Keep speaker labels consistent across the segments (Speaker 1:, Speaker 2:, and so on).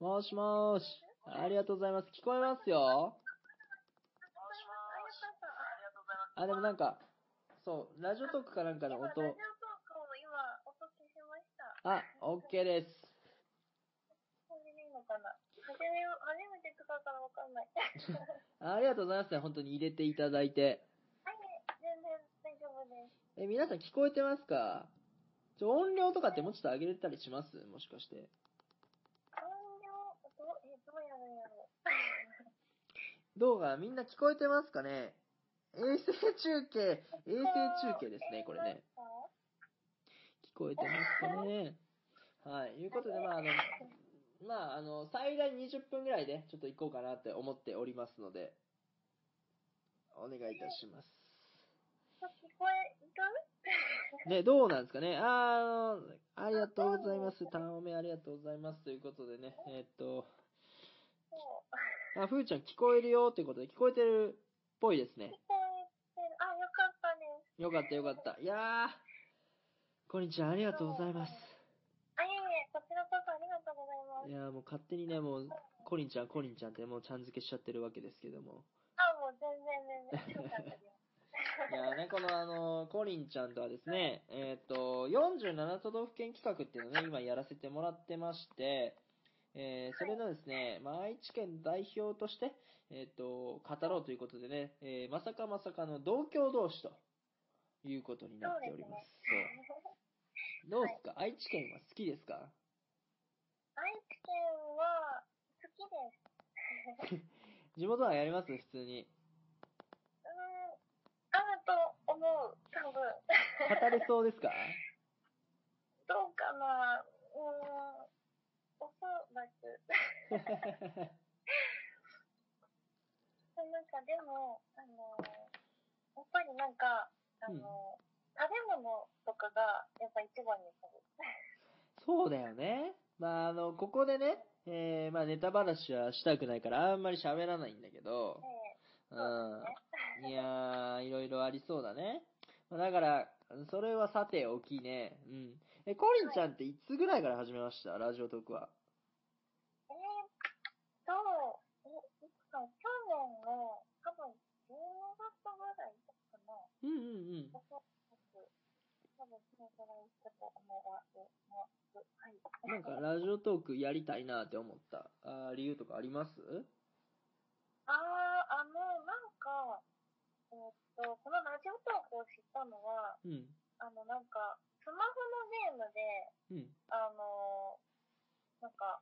Speaker 1: もしもーし。ありがとうございます。聞こえますよ。あ、でもなんか、そう、ラジオトークかなんかの
Speaker 2: 今、ラジオトー
Speaker 1: 音、
Speaker 2: クを今、お届けしました。
Speaker 1: あ、オッケーです。
Speaker 2: これでいいのかな初め、初めて使うからわかんない。 はい、全
Speaker 1: ありがとうございますね。本当に入れていただいて。
Speaker 2: 然大丈夫です。
Speaker 1: え、皆さん聞こえてますかちょ、音量とかってもうちょっと上げれたりしますもしかして。
Speaker 2: 音量、どう、え、どうやるんやろう。
Speaker 1: どうかみんな聞こえてますかね衛星中継、衛星中継ですね、これね。
Speaker 2: は
Speaker 1: 聞こえてますかねはい。ということで、まあ、あの、まあ、あの、最大20分ぐらいで、ちょっと行こうかなって思っておりますので、お願いいたします。
Speaker 2: い聞こえる
Speaker 1: ね、どうなんですかねあーあの、ありがとうございます。たおめありがとうございます。ということでね、えーっと、
Speaker 2: そう。
Speaker 1: あ、ふーちゃん聞こえるよということで、聞こえてるっぽいですね
Speaker 2: 聞。こえてる。あ、よかったです。
Speaker 1: よかったよかった。いやー、こんにちは、ありがとうございます。
Speaker 2: あ、いえいえ、こちらこそありがとうございます
Speaker 1: い。やーもう勝手にね、もう、コリンちゃん、コリンちゃんってもうちゃん付けしちゃってるわけですけども。
Speaker 2: あ、もう全然全然。よかったです。
Speaker 1: いやーね、このあのーコリンちゃんとはですね、えーっ、と、47都道府県企画っていうのをね、今やらせてもらってまして、えーそれのですね、まあ、愛知県代表として、えーっ、と、語ろうということでね、えーまさかまさかの同郷同士ということになっております。 そうどうですか、愛知県は好きですか
Speaker 2: 愛知県は好きです。
Speaker 1: 地元はやります普通に。
Speaker 2: うーん、あると思う、多分。
Speaker 1: 語れそうですか
Speaker 2: どうかなうーん、おそらく。なんかでも、あの、やっぱりなんか、あの、
Speaker 1: うん
Speaker 2: 食べ物とかがやっぱ一番にする。
Speaker 1: そうだよね。まあ、あの、ここでね、えー、まあ、ネタ話はしたくないから、あんまり喋らないんだけど、
Speaker 2: え
Speaker 1: うん。いやー、いろいろありそうだね。まあだから、それはさておきね。うん。え、コリンちゃんっていつぐらいから始めましたラジオトークは。
Speaker 2: えーっと、え、いつか、去年の多分12月ぐらいかな。
Speaker 1: うんうんうん
Speaker 2: お。そらく、多分そのぐらいだと思われます。はい。
Speaker 1: なんか、ラジオトークやりたいなって思った、あー理由とかあります
Speaker 2: あー、あの、なんか、えーっと、このラジオ投稿を知ったのは、
Speaker 1: うん。
Speaker 2: あの、なんか、スマホのゲームで、
Speaker 1: うん。
Speaker 2: あのなんか、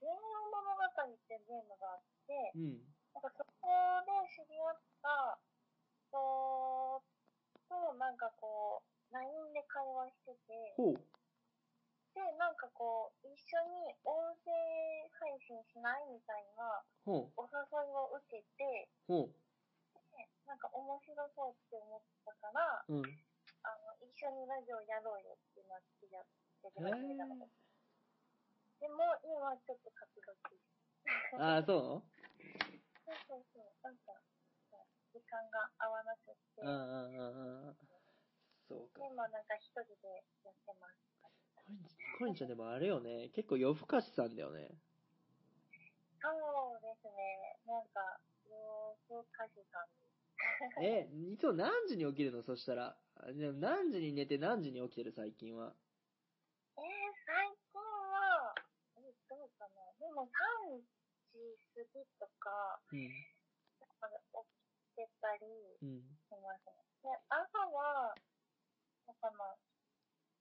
Speaker 2: 人形物語っていうゲームがあって、
Speaker 1: うん。
Speaker 2: なんかそこで知り合った人と、なんかこう、LINE で会話してて、
Speaker 1: ほう。
Speaker 2: で、なんかこう、一緒に音声配信しないみたいな
Speaker 1: ほ
Speaker 2: お誘いを受けて、
Speaker 1: う。ほ
Speaker 2: なんか面白そうって思ったから、
Speaker 1: う。うん。
Speaker 2: あの、一緒にラジオやろうよってなってやってる感じなの
Speaker 1: へ
Speaker 2: で。でも、今ちょっと活動中。
Speaker 1: あー、そう
Speaker 2: そうそうそう。なんか、時間が合わなくて、
Speaker 1: うんうんうんうん。そうか。
Speaker 2: 今なんか一人でやってます。
Speaker 1: コリンコリンちゃんでもあれよね、結構夜更かしさんだよね。
Speaker 2: そうですね。なんか、よーく家事さん
Speaker 1: え、いつも何時に起きるのそしたら。あでも何時に寝て何時に起きてる最近は。
Speaker 2: えー、最近は、えどうかな。でも3時過ぎとか、
Speaker 1: うん。
Speaker 2: あの起きてたり
Speaker 1: うん。
Speaker 2: しますね。で、朝は、だからまあ、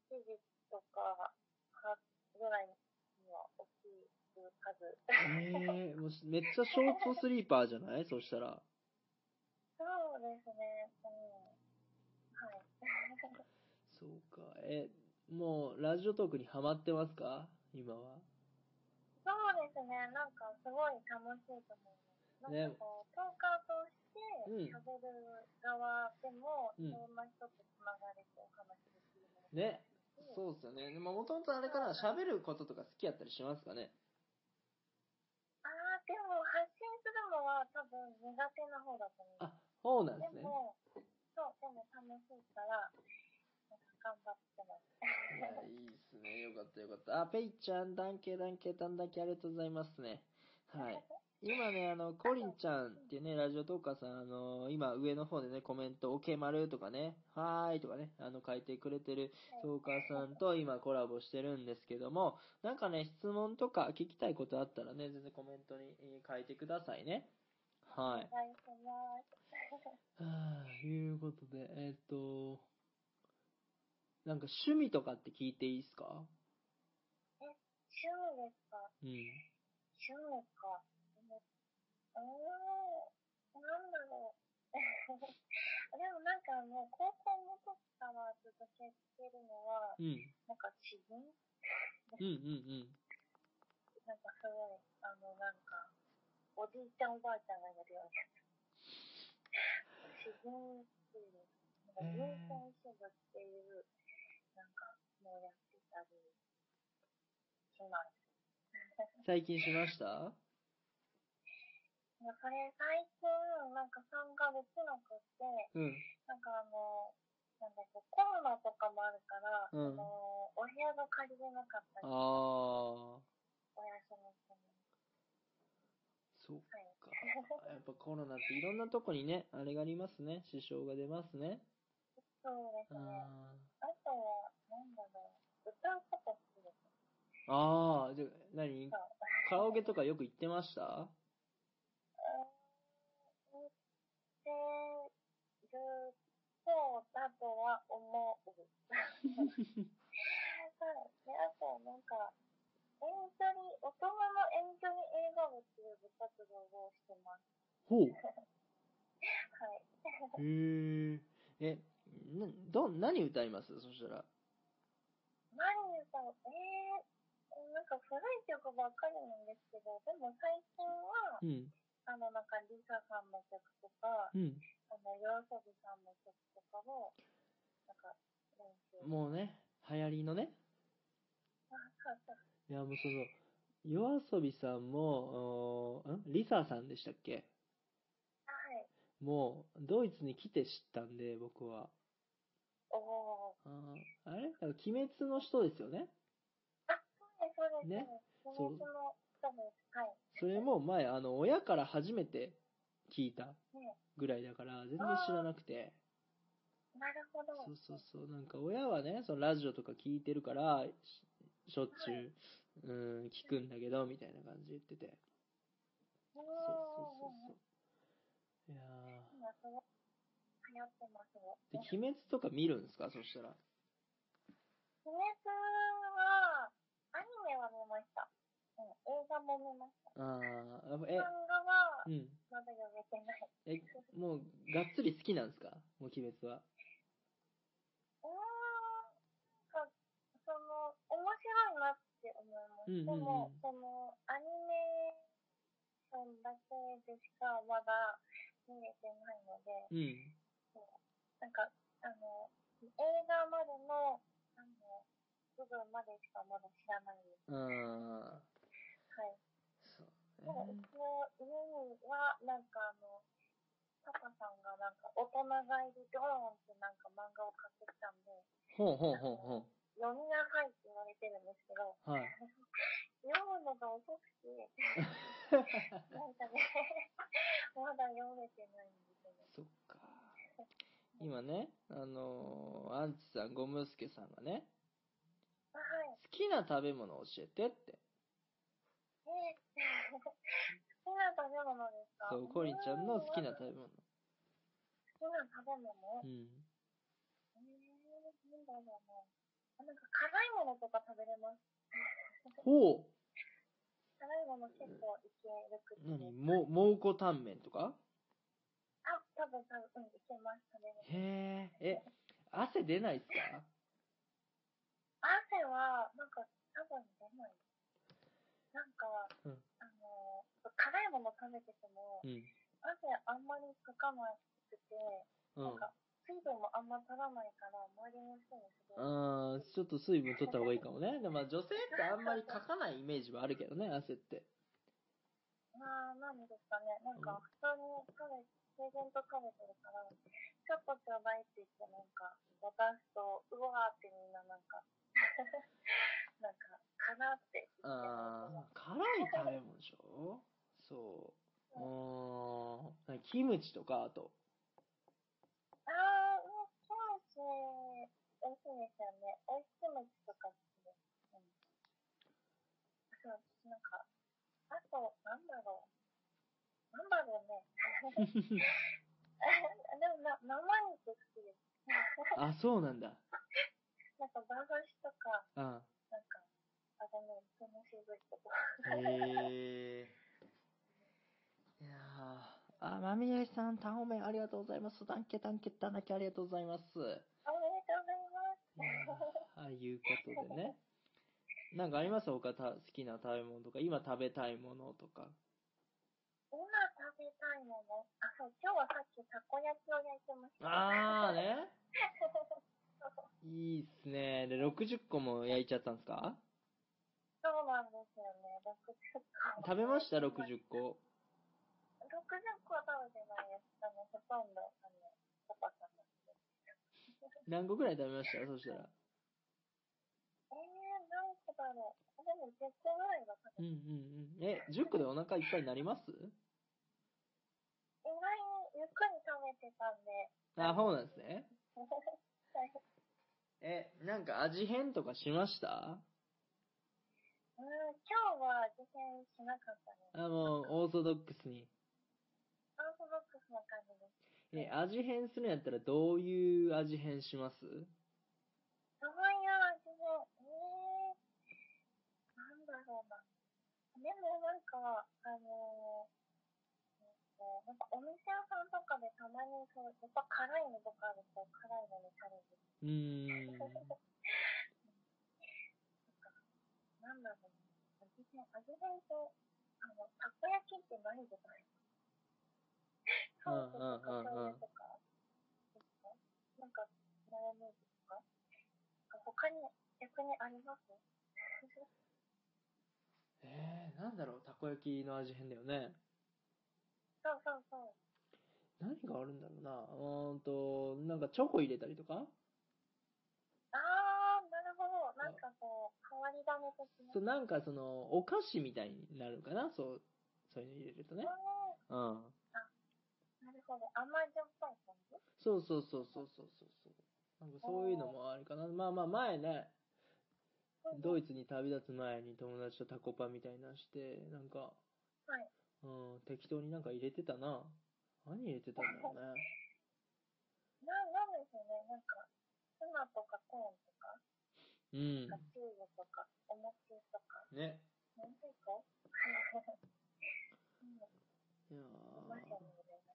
Speaker 2: 7時とか8ぐらいには起きる数。
Speaker 1: えー、もうしめっちゃショートスリーパーじゃないそしたら。
Speaker 2: そうですね。うん。はい。
Speaker 1: そうか。え、もうラジオトークにハマってますか今は。
Speaker 2: そうですね。なんかすごい楽しいと思います。なんかこう、トーカーとして
Speaker 1: うん
Speaker 2: 喋る側でも、
Speaker 1: うん
Speaker 2: いろんな人とつながれてお話しできるので、
Speaker 1: ね。そうっすよね。でももともとあれかな、喋ることとか好きやったりしますかね
Speaker 2: ああ、でも発信するのは多分苦手な方だと思います。
Speaker 1: あ、そうなんで
Speaker 2: です
Speaker 1: ね。
Speaker 2: も、そう、でも楽しいから、あ頑張ってます。
Speaker 1: いや、いいですね。よかったよかった。あ、ペイちゃん、ダンケイ、ダンケイ、ダンダンケイ、ありがとうございますね。はい。今ね、あの、コリンちゃんっていうね、ラジオトーカーさん、あの、今上の方でね、コメント、オケマルとかね、はーいとかね、あの、書いてくれてるトーカーさんと今コラボしてるんですけども、なんかね、質問とか聞きたいことあったらね、全然コメントにえー書いてくださいね。はい。
Speaker 2: お願いします。
Speaker 1: はあいうことで、えーっと、なんか趣味とかって聞いていいですか
Speaker 2: 趣味ですか
Speaker 1: うん。
Speaker 2: 趣味か。うーん、なんだろう。 でもなんかもう高校の時からずっと接してるのは、
Speaker 1: うん。
Speaker 2: なんか詩人
Speaker 1: うんうん
Speaker 2: なんかすごい、あのなんか、おじいちゃんおばあちゃんがいるような。詩人っていう、なんか
Speaker 1: へー
Speaker 2: 文献書物っていう、なんかもうやってたりします。
Speaker 1: うん。最近しました
Speaker 2: いやそれ最近、なんか参加できなくって、
Speaker 1: うん。
Speaker 2: なんかあの、なんだっけ、コロナとかもあるから、
Speaker 1: うん
Speaker 2: あの、お部屋が借りれなかったり、お
Speaker 1: ああ、
Speaker 2: 休みしても
Speaker 1: そう
Speaker 2: はい。
Speaker 1: か。やっぱコロナっていろんなとこにね、あれがありますね。支障が出ますね。
Speaker 2: そうですね。あ
Speaker 1: あ
Speaker 2: とは、なんだろう、歌うこと好きです。
Speaker 1: ーあー、じゃあ、何
Speaker 2: そう。
Speaker 1: カラオケとかよく行ってました
Speaker 2: うん、ってる方だとは思う。はい。で、あとはなんか、遠距離、大人の遠距離映画部っていう部活動をしてます。
Speaker 1: ほう。
Speaker 2: はい。
Speaker 1: へえ。え、な、ど、何歌いますそしたら。
Speaker 2: マリンさん、えー、なんか古い曲ばっかりなんですけど、でも最近は
Speaker 1: う、ん。
Speaker 2: あの、なんかリサさんの曲とか、
Speaker 1: うん。
Speaker 2: あの、ヨソビさんの曲とかを、なんか、練習。
Speaker 1: もうね、流行りのね。いや、もうその、夜遊びさんも、おーんリサさんでしたっけ
Speaker 2: はい。
Speaker 1: もう、ドイツに来て知ったんで、僕は。
Speaker 2: おお。
Speaker 1: あーあれあの鬼滅の人ですよね
Speaker 2: はい、そうです。
Speaker 1: ね
Speaker 2: そう
Speaker 1: そう
Speaker 2: です。の多分、はい。
Speaker 1: それも前、あの、親から初めて聞いた
Speaker 2: ね
Speaker 1: ぐらいだから、全然知らなくて。
Speaker 2: なるほど。
Speaker 1: そうそうそう、なんか親はね、そのラジオとか聞いてるから、ししょっちゅう、うん、聞くんだけど、みたいな感じで言ってて。
Speaker 2: うーん
Speaker 1: そうそうそうそう。いや
Speaker 2: 今すごい流行ってますね。
Speaker 1: ーで、鬼滅とか見るんですかそしたら。
Speaker 2: 鬼滅は、アニメは見ました。うん、映画も見ました。
Speaker 1: ああ、
Speaker 2: 漫
Speaker 1: え、
Speaker 2: 画は
Speaker 1: う、ん。
Speaker 2: まだ読めてない。
Speaker 1: え、もう、がっつり好きなんですかもう鬼滅は。
Speaker 2: うーん、なんか、その、面白いなって思います。
Speaker 1: うんうんうん
Speaker 2: でも、その、アニメーションだけでしかまだ見れてないので、
Speaker 1: うん。
Speaker 2: なんか、あの、映画までの、あの、部分までしかまだ知らないです。
Speaker 1: ああ、
Speaker 2: はい。
Speaker 1: そう
Speaker 2: でも、うちの家には、なんかあの、パパさんがなんか、大人がいるドーンってなんか漫画を買ってきたんで、
Speaker 1: ほうほうほうほ
Speaker 2: 読みなさいって言われてるんですけど、
Speaker 1: う。はい。
Speaker 2: 読むのが遅くて、なんかね、まだ読めてないんですよね。
Speaker 1: そっか。今ね、あのーアンチさん、ゴムスケさんがね、
Speaker 2: はい。
Speaker 1: 好きな食べ物教えてって。
Speaker 2: えー 好きな食べ物ですか
Speaker 1: そう、コリンちゃんの好きな
Speaker 2: 好
Speaker 1: 食べ物。
Speaker 2: きな食べ物
Speaker 1: うん。
Speaker 2: えー、なんだろうな。あなんか辛いものとか食べれます。
Speaker 1: ほ
Speaker 2: 辛いもの結構いけるくて。
Speaker 1: う。何も、蒙古タンメンとか
Speaker 2: あ、多分多分、うん、いけます。食べれます。
Speaker 1: へえ。え、汗出ないっすか
Speaker 2: 汗は、なんか多分出ない。なんか、
Speaker 1: うん
Speaker 2: あのー、辛いもの食べてても、
Speaker 1: うん。
Speaker 2: 汗あんまりかかなくて、
Speaker 1: う
Speaker 2: なん
Speaker 1: ん。
Speaker 2: か、水分もあんま取らないから、周りの人にすごい。
Speaker 1: あーちょっと水分取った方がいいかもね。でもまあ女性ってあんまりかかないイメージはあるけどね、汗って。
Speaker 2: まあ、なんですかね。なんか、普通に食べプレゼント食べてるから、ちょっとちょうだいって言って、なんか、渡すと、うわーってみんななんか、 なんか、かなって言ってる
Speaker 1: あ
Speaker 2: のが。
Speaker 1: ー辛い食べ物でしょそう。うーん。キムチとか、あと。
Speaker 2: あー、もう、キムチ、美味しいですよね。美味しいキムチとか好きです。うん。そう、なんか、あと、なんだろう。なんだろうね。 でもな、生肉好きです。
Speaker 1: あ、そうなんだ。
Speaker 2: なんか、バーガーとか、
Speaker 1: あ
Speaker 2: なんか、あれね、その渋いとこ。
Speaker 1: へえー。いやーあ、まみやさん、タオメンありがとうございます。ダンケダンケダンだけありがとうございます。
Speaker 2: おめでとうございます。
Speaker 1: いやーああいうことでね。なんかあります他た好きな食べ物とか、今食べたいものとか。
Speaker 2: 今食べたいもの、あ、そう、今日はさっきたこ焼きを焼いてました。
Speaker 1: あーね。いいっすね。で、60個も焼いちゃったんですか
Speaker 2: そうなんですよね、60個。
Speaker 1: 食べました ?60
Speaker 2: 60
Speaker 1: 個。
Speaker 2: 個は食べてないです。あの、ほとんど、あの、パパさんの。
Speaker 1: 何個ぐらい食べましたそしたら。
Speaker 2: えー、なんかだろう。でも、10個ぐらいは食
Speaker 1: うんう
Speaker 2: べて、
Speaker 1: んうん。え、10個でお腹いっぱいになります
Speaker 2: 意外にゆっくり食べてたんで、
Speaker 1: あ、そうなんですね。
Speaker 2: はい。
Speaker 1: え、なんか味変とかしました
Speaker 2: うん、今日は受験しなかったね。
Speaker 1: あ、もう、オーソドックスに。
Speaker 2: アウトドックスな感じです。
Speaker 1: え、味変するんやったらどういう味変します
Speaker 2: どういう味で、えー、なんだろうな。でもなんか、あのー、えっとなんかお店屋さんとかでたまにそう、やっぱ辛いのとかあると辛いのにチャレンジす
Speaker 1: うーん。
Speaker 2: る。なんだろうな。味変、味変って、あの、たこ焼きってないじゃないです か。ソースとか醤油とか、ですかなんか、マヨネーズとか。他に、逆にあります
Speaker 1: えー、なんだろう、たこ焼きの味変だよね。
Speaker 2: そうそうそう。
Speaker 1: 何があるんだろうな。うーんと、なんかチョコ入れたりとか
Speaker 2: あー、なるほど。なんかこう、変わり種的な。
Speaker 1: そう、なんかその、お菓子みたいになるかなそう、そういうの入れるとね。
Speaker 2: あ
Speaker 1: う
Speaker 2: ー
Speaker 1: ん。
Speaker 2: なるほど。甘じょっぱい感じ
Speaker 1: そうそうそうそうそうそうそう。なんかそういうのもありかな。まあまあ前ね、ド
Speaker 2: う
Speaker 1: イツに旅立つ前に友達とタコパみたいなのして、なんか、
Speaker 2: はい
Speaker 1: うん、適当になんか入れてたな。何入れてたんだろうね。
Speaker 2: な、なんですよね。なんか、ツナとかコーンとか、
Speaker 1: うん
Speaker 2: カ。チュールとか、お餅とか、
Speaker 1: ね。
Speaker 2: なんていうか。うん
Speaker 1: いやー
Speaker 2: マシャルみたいな。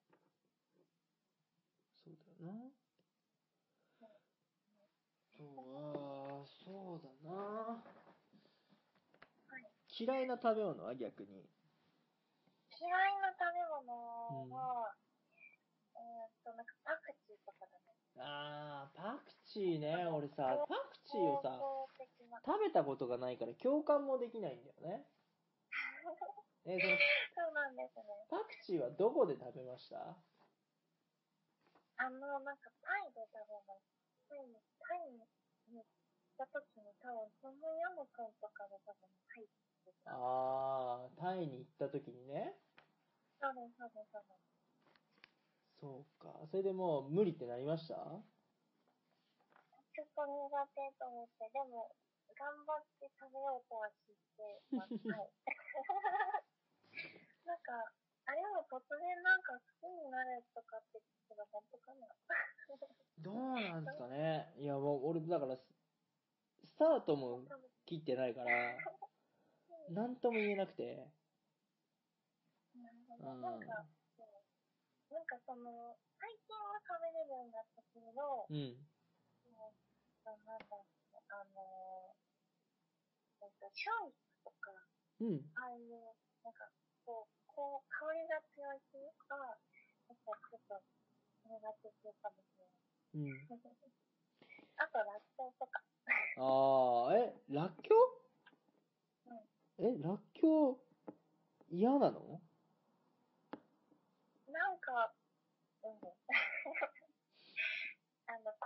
Speaker 1: そうだよな。そう、あーそうだな。嫌いな食べ物は逆に。
Speaker 2: 嫌いな食べ物は、えーっと、なんかパクチーとかだね。
Speaker 1: あー、パクチーね。俺さ、パクチーをさ、
Speaker 2: 方向的な。
Speaker 1: 食べたことがないから共感もできないんだよね。え
Speaker 2: そ
Speaker 1: その
Speaker 2: うなんですね。
Speaker 1: パクチーはどこで食べました
Speaker 2: あの、なんかタイで食べます。タイに、タイに行った時に多分、トムヤムクンとかで多分入ってた。
Speaker 1: ああ、タイに行った時にね。
Speaker 2: そうです、そうです、そうです。
Speaker 1: そうか。それでもう無理ってなりました
Speaker 2: ちょっと苦手と思って、でも、頑張って食べようとはしてます。はい。 なんか、あれも突然なんか好きになるとかって言ってた本当かな。
Speaker 1: どうなんですかね。いや、もう俺、だからス、スタートも
Speaker 2: 多分
Speaker 1: 切ってないから、なんとも言えなくて。
Speaker 2: なるほ
Speaker 1: う
Speaker 2: どなんか、なんかその、最近は食べれるようになったけど、
Speaker 1: ん。うん。
Speaker 2: もうなんだろうあのー、なんか、ショイとか、
Speaker 1: うん。
Speaker 2: ああいう、なんか、こう、こう、香りが強いというか、なんかちょっと、苦手っていうかもしれない。
Speaker 1: うん。
Speaker 2: あと、ラッキョウとか。
Speaker 1: ああ、え、らっきょうえ、らっきょう、嫌なの
Speaker 2: なんか、好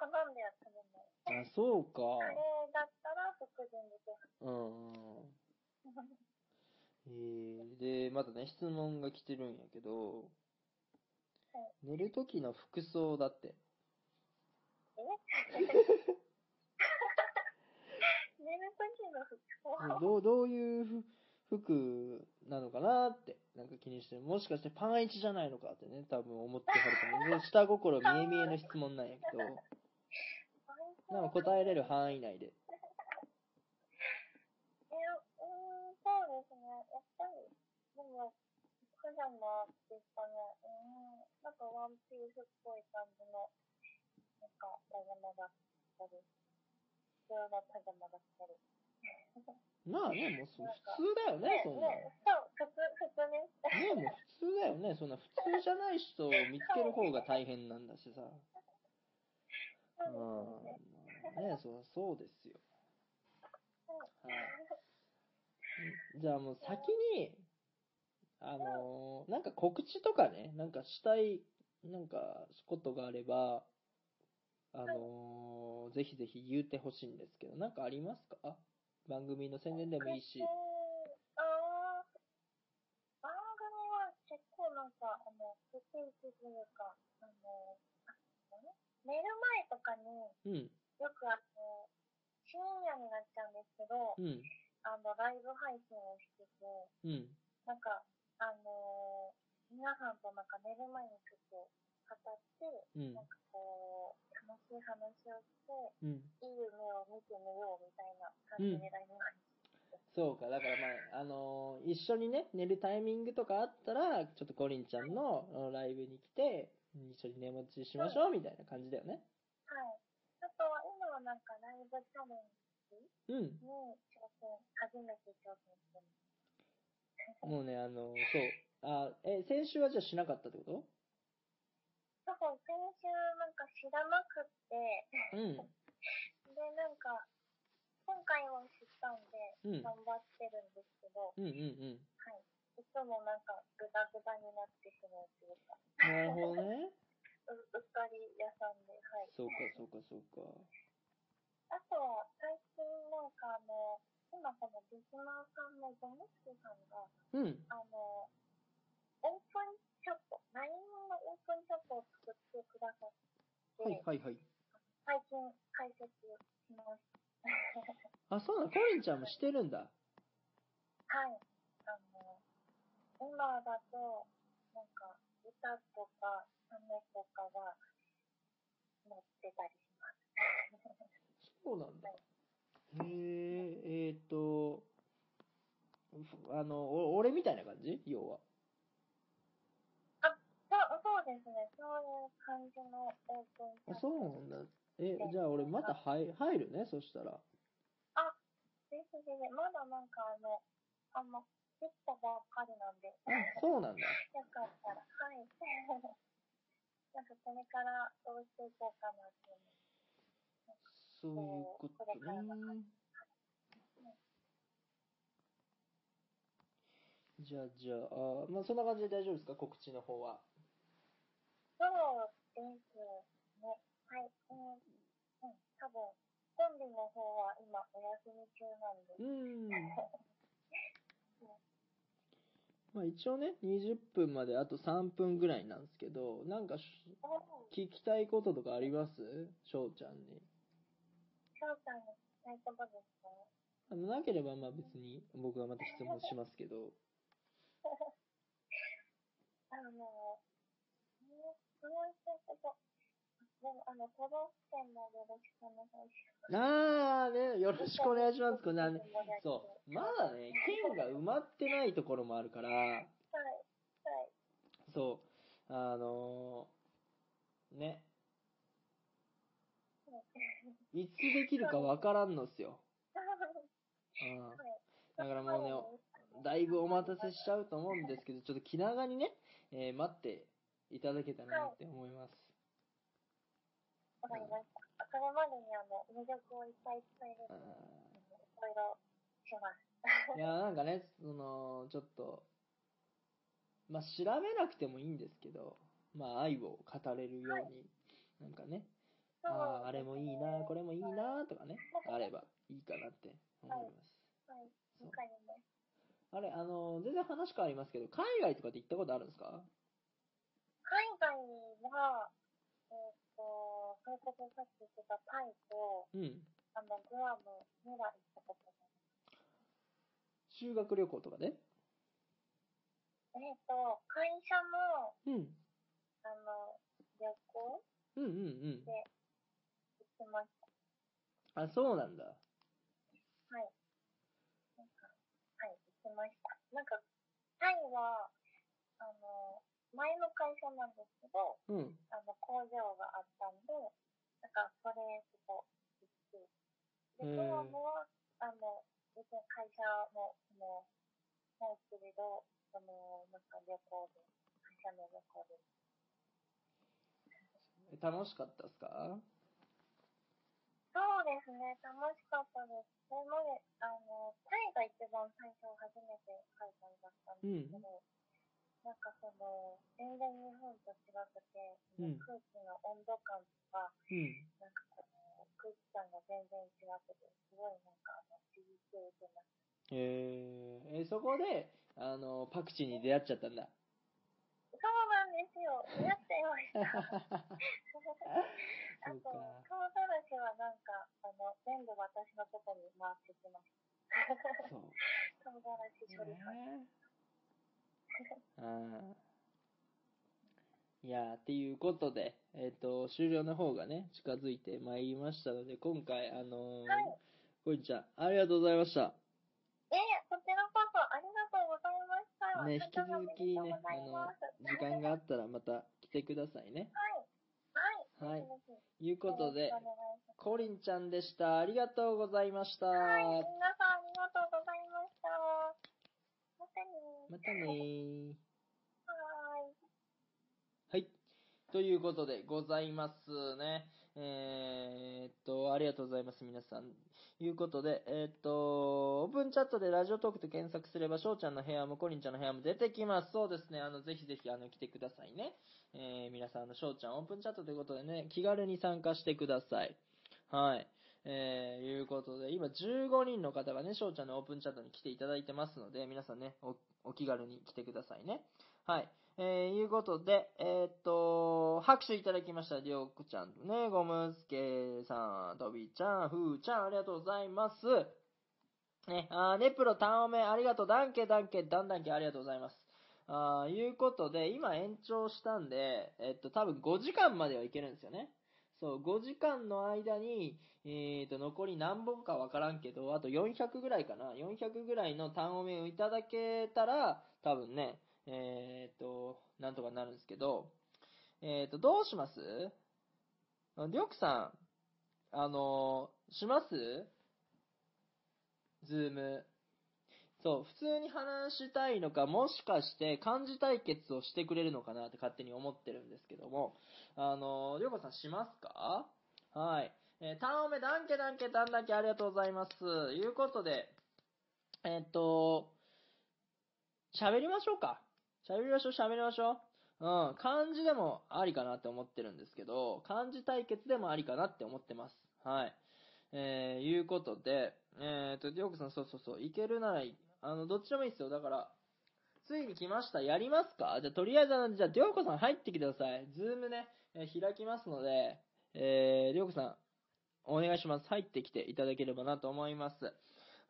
Speaker 2: んでやってるんだよ。
Speaker 1: あ、そうか。
Speaker 2: カレーだったら福神漬け。
Speaker 1: うんうん。えー、で、まだね、質問が来てるんやけど、寝る時の服装だって。
Speaker 2: 寝る時の服装。
Speaker 1: どう、どういうふ服なのかなって、なんか気にして、もしかしてパンイチじゃないのかってね、多分思ってはると思う。下心見え見えの質問なんやけど、なんか答えれる範囲内で。
Speaker 2: え、うーん、そうですね。やっぱり、でも、パジャマですかね。うーん、なんかワンピースっぽい感じの、なんか、パジャマだったり、普通のパジャマだったり。
Speaker 1: まあね、もうそう普通だよね、そんなの。
Speaker 2: ね、そう、普通、普通です。
Speaker 1: ねもう普通だよね。そんな普通じゃない人を見つける方が大変なんだしさ。
Speaker 2: そう
Speaker 1: うん。
Speaker 2: ですね。
Speaker 1: ねそう、そうですよ。はい。じゃあもう先に、あのーなんか告知とかね、なんかしたい、なんかことがあれば、あのーぜひぜひ言うてほしいんですけど、なんかありますか番組の宣伝でもいいし
Speaker 2: えー。あー番組は結構なんか、あの、不定期というか、あの、あ寝る前とかに
Speaker 1: うん、
Speaker 2: よくあの、深夜になっちゃうんですけど、
Speaker 1: うん、
Speaker 2: あの、ライブ配信をしてて、
Speaker 1: うん。
Speaker 2: なんか、あの、皆さんとなんか寝る前にちょっと語って、
Speaker 1: うん
Speaker 2: なんかこう、楽しい話をして、
Speaker 1: うん、
Speaker 2: いい夢を見てみようみたいな感じでライブ配信。
Speaker 1: そうか、だからまあ、あのー一緒にね、寝るタイミングとかあったら、ちょっとコリンちゃんのあのライブに来て、一緒に寝落ちしましょうみたいな感じだよね。
Speaker 2: はい。あとは今はなんかライブチャレン
Speaker 1: うん。
Speaker 2: ジに挑戦、初めて挑戦してます。
Speaker 1: もうね、あの、そう。あ、え、先週はじゃあしなかったってこ
Speaker 2: そう、先週なんか知らなくって、
Speaker 1: とうん。
Speaker 2: で、なんか、今回は知ったんで、
Speaker 1: うん。うん
Speaker 2: 頑張ってるんですけど、
Speaker 1: うんうん。
Speaker 2: いつもなんかグダグダになってしまうというか、
Speaker 1: なるほどね。
Speaker 2: ううっかり屋さんで、はい。
Speaker 1: そうか、そうか、そうか。
Speaker 2: あとは最近なんかあの、今このリスナーさんのゴムスケさんが、
Speaker 1: うん。
Speaker 2: あの、オープンチャット、LINE のオープンチャットを作ってくださって、
Speaker 1: はい、はい、はい。
Speaker 2: 最近解説しました。
Speaker 1: あ、そうなの、コリンちゃんもしてるんだ。
Speaker 2: はい。あの、今だと、なんか、歌とか、サメとかが載ってたりします。
Speaker 1: そうなんだ。へえ、えーっと、ふあの、お俺みたいな感じ要は。
Speaker 2: そう、そうですね。そういう感じのオープンチャ
Speaker 1: あ、
Speaker 2: ッ
Speaker 1: そ
Speaker 2: ト。
Speaker 1: うなんだ。え、じゃあ俺また入入るね、そしたら。
Speaker 2: ぜひぜひ、まだなんかあの、あんま、できたばっかりなんで。
Speaker 1: あ、そうなんだ。
Speaker 2: よかったら、はい。なんかこれからどうしていこうかなって思う。
Speaker 1: そういうことね。じゃあ、じゃあ、あーまあ、そんな感じで大丈夫ですか告知の方は。
Speaker 2: そうですね。はい。うん。うん、多分、コンビの方は今お休み中なんで。
Speaker 1: うー ん。まあ、一応ね、20分まであと3分ぐらいなんですけど、なんかし
Speaker 2: おう、
Speaker 1: 聞きたいこととかあります翔ちゃんに。
Speaker 2: 翔さんの聞きたいことですか
Speaker 1: あのなければ、まあ別に僕がまた質問しますけど。
Speaker 2: あの、ね、そうしたこと。でも、あの、都道府県もよろしくお願いします。
Speaker 1: あーね、よろしくお願いします。これあの
Speaker 2: は
Speaker 1: そう。まだね、県が埋まってないところもあるから、
Speaker 2: い。はい。
Speaker 1: そう。あのーね。いつできるかわからんのっすよ。うん。だからもうねだいぶお待たせしちゃうと思うんですけど、ちょっと気長にね、えー待っていただけたらなって思います。
Speaker 2: わかりました。それまでにあの魅力をいっぱい伝える
Speaker 1: う
Speaker 2: と
Speaker 1: ん
Speaker 2: いろいろします。
Speaker 1: いや、なんかね、その、ちょっと、まあ、調べなくてもいいんですけど、まあ、愛を語れるように、なんかね、ああ、あれもいいな、これもいいな、とかね、あればいいかなって思います。
Speaker 2: はい。
Speaker 1: そう
Speaker 2: 他にね。
Speaker 1: あれ、あの、全然話変わりますけど、海外とかって行ったことあるんですか
Speaker 2: 海外は、えっ、と、それこそさっき言ってたタイと、
Speaker 1: うん。
Speaker 2: あの、グアムには行ったことない。
Speaker 1: 修学旅行とか
Speaker 2: えっ、
Speaker 1: で
Speaker 2: と、会社の、
Speaker 1: うん。
Speaker 2: あの、旅行
Speaker 1: うんう
Speaker 2: 行っ
Speaker 1: んうん。
Speaker 2: てました。
Speaker 1: あ、そうなんだ。
Speaker 2: はい。なんか、はい、行きました。なんか、タイは、あの、前の会社なんですけど、
Speaker 1: うん。
Speaker 2: あの、工場があったんで、なんか、それ、ちょっと、行って。で、
Speaker 1: へー
Speaker 2: グアムは、あの、別に会社も、もう、ないけれど、その、なんか旅行で、会社の旅行で。
Speaker 1: 楽しかったっすか
Speaker 2: そうですね、楽しかったです。それまで、あの、タイが一番最初初めて海外だったんですけど、なんかその、全然日本と違くて、
Speaker 1: うん
Speaker 2: 空気の温度感とか、
Speaker 1: うん。
Speaker 2: なんかこの空気感が全然違くて、すごいなんかあの、刺激を受けまし
Speaker 1: えー、えそこで、あの、パクチーに出会っちゃったんだ。
Speaker 2: た。そうなんですよ、出会っちゃい ました。あ
Speaker 1: そう
Speaker 2: と、
Speaker 1: か
Speaker 2: 唐辛子はなんか、あの、全部私のとこに回ってきました。
Speaker 1: そう。
Speaker 2: 唐辛子処理班。
Speaker 1: ねあーいやーっていうことで、えっと終了の方がね近づいてまいりましたので今回あのー
Speaker 2: はい
Speaker 1: こいちゃんありがとうございました、
Speaker 2: ええ、こちらこそありがとうございました。
Speaker 1: ね、引き続きね
Speaker 2: ありがとうございます
Speaker 1: 時間があったらまた来てくださいね
Speaker 2: はい。
Speaker 1: は
Speaker 2: はいい。とい
Speaker 1: いうことで
Speaker 2: お願いします
Speaker 1: コリンちゃんでしたありがとうございました
Speaker 2: はい。皆さんありがとうございました。またねー。
Speaker 1: またねー
Speaker 2: はーい。
Speaker 1: はい。ということでございますね。えーっと、ありがとうございます、皆さん。いうことで、えーっと、オープンチャットでラジオトークと検索すれば、翔ちゃんの部屋もコリンちゃんの部屋も出てきます。そうですね、あの、ぜひぜひ、あの、来てくださいね。えー皆さん、あの、翔ちゃんオープンチャットということでね、気軽に参加してください。はい。えー、いうことで、今15人の方がね、翔ちゃんのオープンチャットに来ていただいてますので、皆さんね、お、お気軽に来てくださいね。はい。えー、いうことで、えーっと、拍手いただきました。りょうくちゃんとね、ごむすけさん、とびちゃん、ふーちゃん、ありがとうございます。ね、あーネプロ、タンオメ、ありがとう、ダンケ、ダンケ、ダンダンケ、ありがとうございます。あーいうことで、今延長したんで、えっと、多分5時間まではいけるんですよね。そう、5時間の間に、えー、と、残り何本かわからんけど、あと400ぐらいかな。400ぐらいの単音メをいただけたら、多分ね、えー、と、なんとかなるんですけど、えー、と、どうしますありょうくさん、あのしますズーム。そう、普通に話したいのか、もしかして漢字対決をしてくれるのかなって勝手に思ってるんですけども、あの、りょうこさんしますかはい。えー、タンオメ、ダンケダンケ、ダンダンケ、ありがとうございます。いうことで、えっと、喋りましょうか。喋りましょう、喋りましょう。うん、漢字でもありかなって思ってるんですけど、漢字対決でもありかなって思ってます。はい。えー、いうことで、えーと、りょうこさん、そうそうそう、いけるならい、あの、どっちでもいいですよ。だから、ついに来ました。やりますかじゃあ、とりあえず、あのじゃあ、りょうこさん入ってきてください。ズームね、えー開きますので、えー、りょうこさん、お願いします。入ってきていただければなと思います。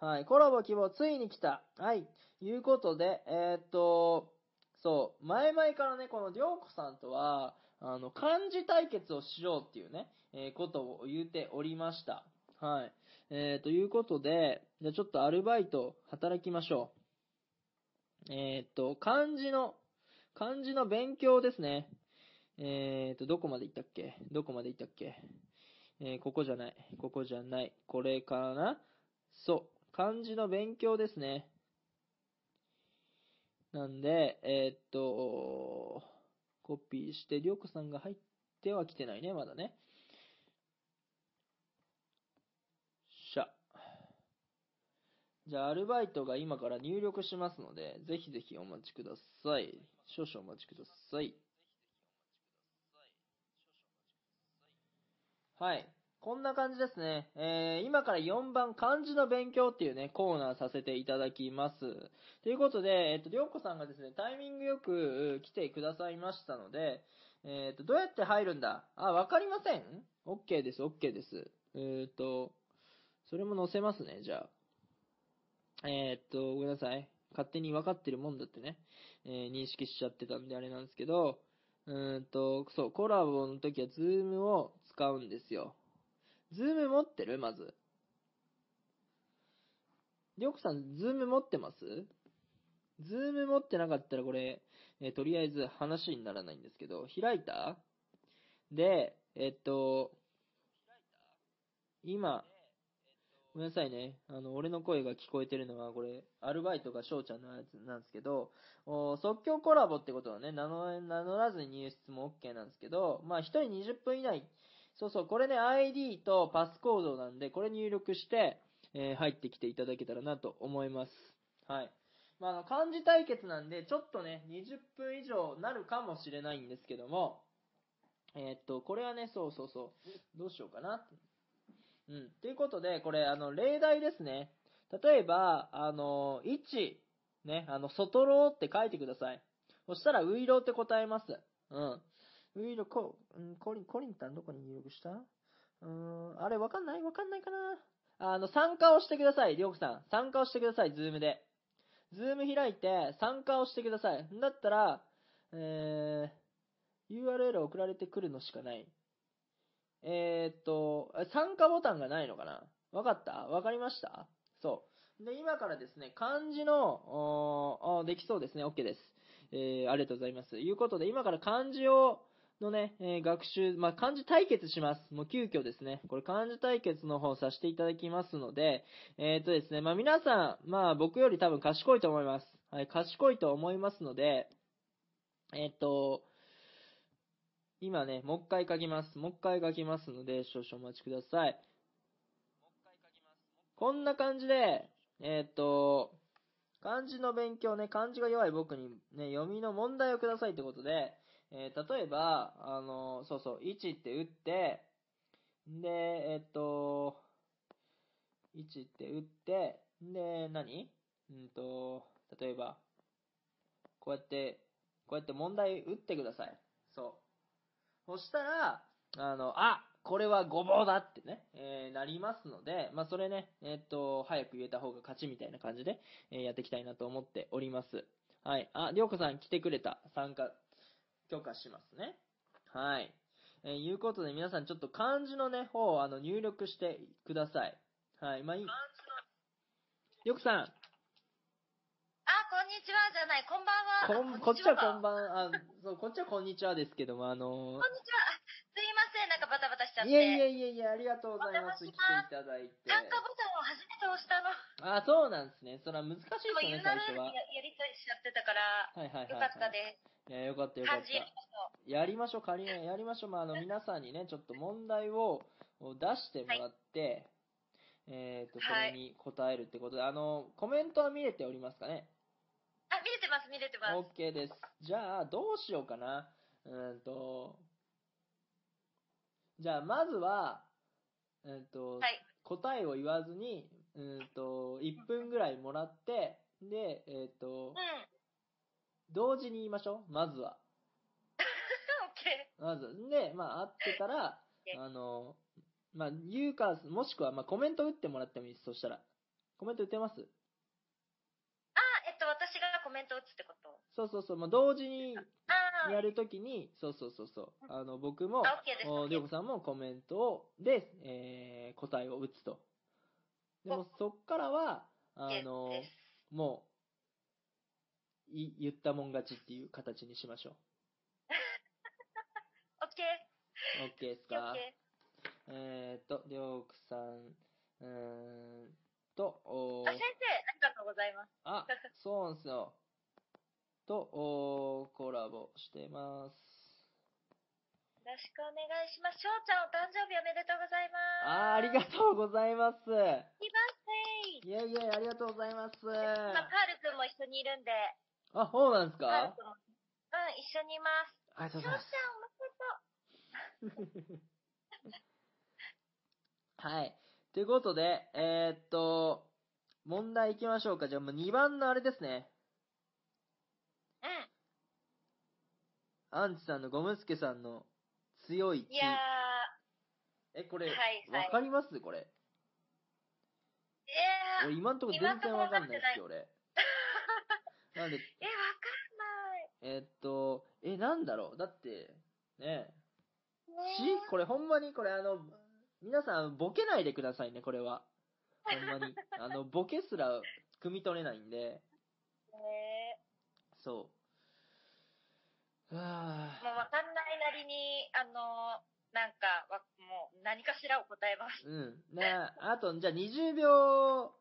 Speaker 1: はい。コラボ希望、ついに来た。はい。いうことで、えー、っと、そう、前々からね、このりょうこさんとは、あの、漢字対決をしようっていうね、えーことを言うておりました。はい。えー、ということで、じゃあちょっとアルバイト働きましょう。えー、っと、漢字の、漢字の勉強ですね。えー、っと、どこまで行ったっけどこまで行ったっけえーここじゃない。ここじゃない。これかなそう。漢字の勉強ですね。なんで、えーっと、コピーして、りょうこさんが入っては来てないね、まだね。しゃ。じゃあ、アルバイトが今から入力しますので、ぜひぜひお待ちください。少々お待ちください。はい。こんな感じですね。えー、今から4番漢字の勉強っていうね、コーナーさせていただきます。ということで、えっと、りょうこさんがですね、タイミングよくう来てくださいましたので、えっと、どうやって入るんだあ、わかりません ?OK です、OK です。えっと、それも載せますね、じゃあ。えっと、ごめんなさい。勝手に分かってるもんだってね、えー認識しちゃってたんであれなんですけど、うーんと、そう、コラボの時はズームを使うんですよ。ズーム持ってるまず。りょうこさん、ズーム持ってますズーム持ってなかったらこれ、えーとりあえず話にならないんですけど、開いたで、えっと、今、ごめんなさいね。あの、俺の声が聞こえてるのは、これ、アルバイトが翔ちゃんのやつなんですけど、お即興コラボってことはね、名乗名乗らずに入室も OK なんですけど、まあ、1人20分以内そうそう、これね、ID とパスコードなんで、これ入力して、えー入ってきていただけたらなと思います。はい。まあ、あの、漢字対決なんで、ちょっとね、20分以上なるかもしれないんですけども、えーっと、これはね、そうそうそう、どうしようかな。うん。ということで、これ、あの、例題ですね。例えば、あの、1、ね、あの、外ローって書いてください。そしたら、ウイローって答えます。うん。ウィール、コ、うんコリン、コリンタンどこに入力したうーん、あれわかんないわかんないかなあの、参加をしてください、りょうこさん。参加をしてください、ズームで。ズーム開いて、参加をしてください。だったら、えー、URL 送られてくるのしかない。えー、っと、あ参加ボタンがないのかなわかったわかりましたそう。で、今からですね、漢字の、おーおーできそうですね、OK です。えー、ありがとうございます。いうことで、今から漢字を、のね、えー学習、まあ、漢字対決します。もう急遽ですね。これ漢字対決の方させていただきますので、えっ、とですね、まあ、皆さん、まあ、僕より多分賢いと思います。はい、賢いと思いますので、えっ、と、今ね、もう一回書きます。もう一回書きますので、少々お待ちください。こんな感じで、えっ、と、漢字の勉強ね、漢字が弱い僕にね、読みの問題をくださいってことで、えー例えば、あのそうそう、1って打って、で、えっと、1って打って、で、何うんと、例えば、こうやって、こうやって問題打ってください。そう。そしたら、あの、あこれはごぼうだってね、えーなりますので、まあ、それね、えっと、早く言えた方が勝ちみたいな感じで、えーやっていきたいなと思っております。はい。あ、りょうこさん来てくれた。参加許可しますね。はい。えーいうことで皆さんちょっと漢字のね、方をあの入力してください。はい。まあいい。よくさん、
Speaker 2: あ、こんにちはじゃない、こんば
Speaker 1: こ
Speaker 2: んは。
Speaker 1: ん、こっちはこん
Speaker 2: ばんは。
Speaker 1: ばん、あ、そう、こっちはこんにちはですけども、あ
Speaker 2: こん
Speaker 1: の
Speaker 2: にちは。すいません、なんかバタバタしちゃって。
Speaker 1: ー、いえいえいえいえ、ありがとうございます。
Speaker 2: お
Speaker 1: 来て
Speaker 2: 邪魔します
Speaker 1: いただいて。
Speaker 2: 参加ボタンを初めて押したの。
Speaker 1: あ、そうなんですね。それは難しいです
Speaker 2: でも、ユーナルール
Speaker 1: よね、最初は。
Speaker 2: ややりとりしちゃってたから、
Speaker 1: はいはいはい、はい。
Speaker 2: よかったです。
Speaker 1: いや、よかったよか
Speaker 2: 感
Speaker 1: っ
Speaker 2: じ
Speaker 1: た。やりましょう、仮にやりましょう。まあ、あの、皆さんにね、ちょっと問題を出してもらって、えっ、と、そ
Speaker 2: はい
Speaker 1: れに答えるってことで、あの、コメントは見れておりますかね
Speaker 2: あ、見れてます、見れてます。
Speaker 1: ?OK です。じゃあ、どうしようかな。うーんと、じゃあ、まずは、うーんと、
Speaker 2: はい
Speaker 1: 答えを言わずに、うーんと、1分ぐらいもらって、で、えっ、と
Speaker 2: う、ん。
Speaker 1: 同時に言いましょう。まずは。
Speaker 2: オッケー。
Speaker 1: まず、で、まあ、合ってたら
Speaker 2: Okay.、
Speaker 1: あの、まあ、言うか、もしくは、まあ、コメント打ってもらってもいいです。そしたら。コメント打てます
Speaker 2: あ、えっと、私がコメント打つってこと
Speaker 1: そうそうそう。まあ、同時に
Speaker 2: あ
Speaker 1: や
Speaker 2: ー
Speaker 1: るときに、そうそうそうそう。あの、僕も、
Speaker 2: あ、オッケーです。
Speaker 1: お
Speaker 2: オッケ
Speaker 1: りょ
Speaker 2: ー
Speaker 1: うこさんもコメントを、で、えー答えを打つと。でも、そっからは、あの、
Speaker 2: です
Speaker 1: もう、い言ったもん勝ちっていう形にしましょう。
Speaker 2: オッケー。
Speaker 1: OK です
Speaker 2: オッ
Speaker 1: か
Speaker 2: ケー。
Speaker 1: えーと、りょうくさん、うーんと、おー
Speaker 2: あ、先生、ありがとうございます。
Speaker 1: あ、そうなんですよ。と、おーコラボしてます。
Speaker 2: よろしくお願いします。しょうちゃん、お誕生日おめでとうございます。
Speaker 1: あー、ありがとうございます。
Speaker 2: リバースデイ
Speaker 1: いやいや、ありがとうございます。
Speaker 2: 今、パールくんも一緒にいるんで、
Speaker 1: あ、そうなんです
Speaker 2: パールく
Speaker 1: か
Speaker 2: んも。うん、一緒にいます。
Speaker 1: ありが
Speaker 2: し
Speaker 1: と
Speaker 2: ょ
Speaker 1: う
Speaker 2: う
Speaker 1: ご
Speaker 2: ち
Speaker 1: ざ
Speaker 2: ゃん
Speaker 1: います。、
Speaker 2: おめでとう。
Speaker 1: はい。ということで、えーっと、問題いきましょうか。じゃあもう2番のあれですね。
Speaker 2: う
Speaker 1: アンチさんのゴムスケさんの強い
Speaker 2: ん。いや
Speaker 1: 木。
Speaker 2: ー、
Speaker 1: え、これ、
Speaker 2: は
Speaker 1: わ、
Speaker 2: いはい
Speaker 1: かりますこれ。
Speaker 2: えー、
Speaker 1: 俺今んとこ全然わかんないですよ、俺。なんで、
Speaker 2: え、わかんない。
Speaker 1: えーっと、え、なんだろうだって、ねえ、
Speaker 2: ね
Speaker 1: しこれほんまに、これあの、皆さん、ボケないでくださいね、これは。ほん まに。あの、ボケすら、汲み取れないんで、
Speaker 2: ね
Speaker 1: そう。はぁ
Speaker 2: もうわかんないなりに、あの、なんか、わもう何かしらを答えます。
Speaker 1: うん。なあと、じゃあ20秒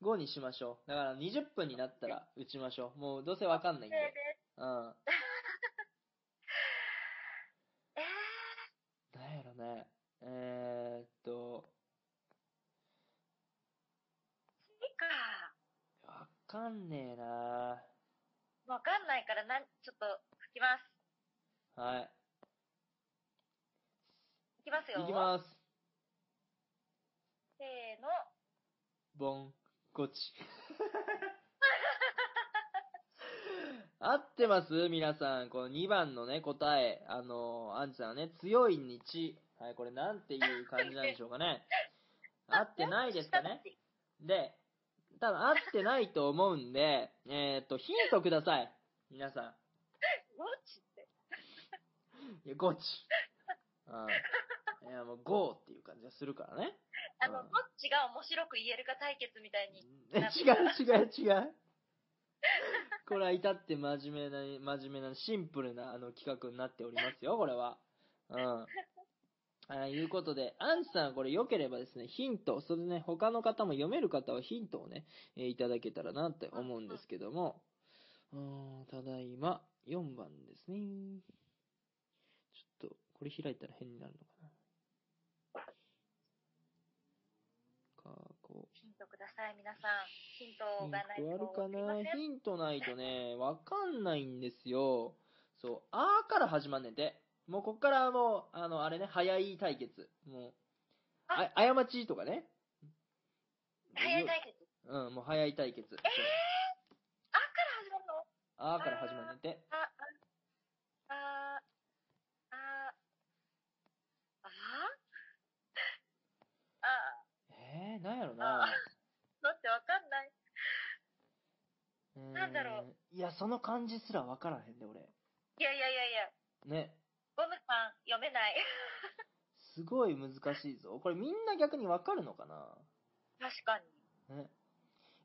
Speaker 1: 後にしましょう。だから20分になったら打ちましょう。もうどうせわかんないんで。
Speaker 2: えー
Speaker 1: うん。な
Speaker 2: えー、
Speaker 1: んやろね。えー、っと、
Speaker 2: いいか。
Speaker 1: わかんねえな
Speaker 2: わかんないから、なん、ちょっと、吹きます。
Speaker 1: はい。
Speaker 2: いきますよ。
Speaker 1: いきます。
Speaker 2: せーの。
Speaker 1: ボン、ゴチ。合ってます皆さん。この2番のね、答え。あの、アンちゃんはね、強い日。はい、これなんていう感じなんでしょうかね。合ってないですかね
Speaker 2: 下口
Speaker 1: で、多分合ってないと思うんで、えっと、ヒントください。皆さ
Speaker 2: ゴチって。
Speaker 1: ん。いや、ゴチ。うん。いや、もう、ゴーっていう感じがするからね。
Speaker 2: あの、
Speaker 1: うん
Speaker 2: どっちが面白く言えるか対決みたいに。
Speaker 1: え違う違う違う。 これは至って真面目な、真面目な、シンプルなあの企画になっておりますよ、これは。うん。あいうことで、アンチさん、これ良ければですね、ヒント、それでね、他の方も読める方はヒントをね、えーいただけたらなって思うんですけども、うーん、ただいま、4番ですね。ちょっと、これ開いたら変になるのかな。過去。
Speaker 2: ヒントください、皆さん。ヒントがない
Speaker 1: ヒ
Speaker 2: と
Speaker 1: ントある
Speaker 2: わ
Speaker 1: か
Speaker 2: りま
Speaker 1: な
Speaker 2: せん
Speaker 1: ヒントないとね、わかんないんですよ。そう、あーから始まんねんて。もうこっからはもう、あの、あれね、早い対決。もう、あ、過ちとかね。
Speaker 2: 早い対決。
Speaker 1: うん、もう早い対決。そう
Speaker 2: あから始まるの
Speaker 1: あーから始まんねんて。
Speaker 2: あ、あ、あ、あ、あ、あ、
Speaker 1: えー、なんやろな
Speaker 2: だってわかんない。なんだろ
Speaker 1: うーん。いや、その感じすらわからへんで、俺。
Speaker 2: いやいやいやいや、
Speaker 1: ね。
Speaker 2: ゴムさん読めない。
Speaker 1: すごい難しいぞ。これみんな逆にわかるのかな
Speaker 2: 確かに。
Speaker 1: ね。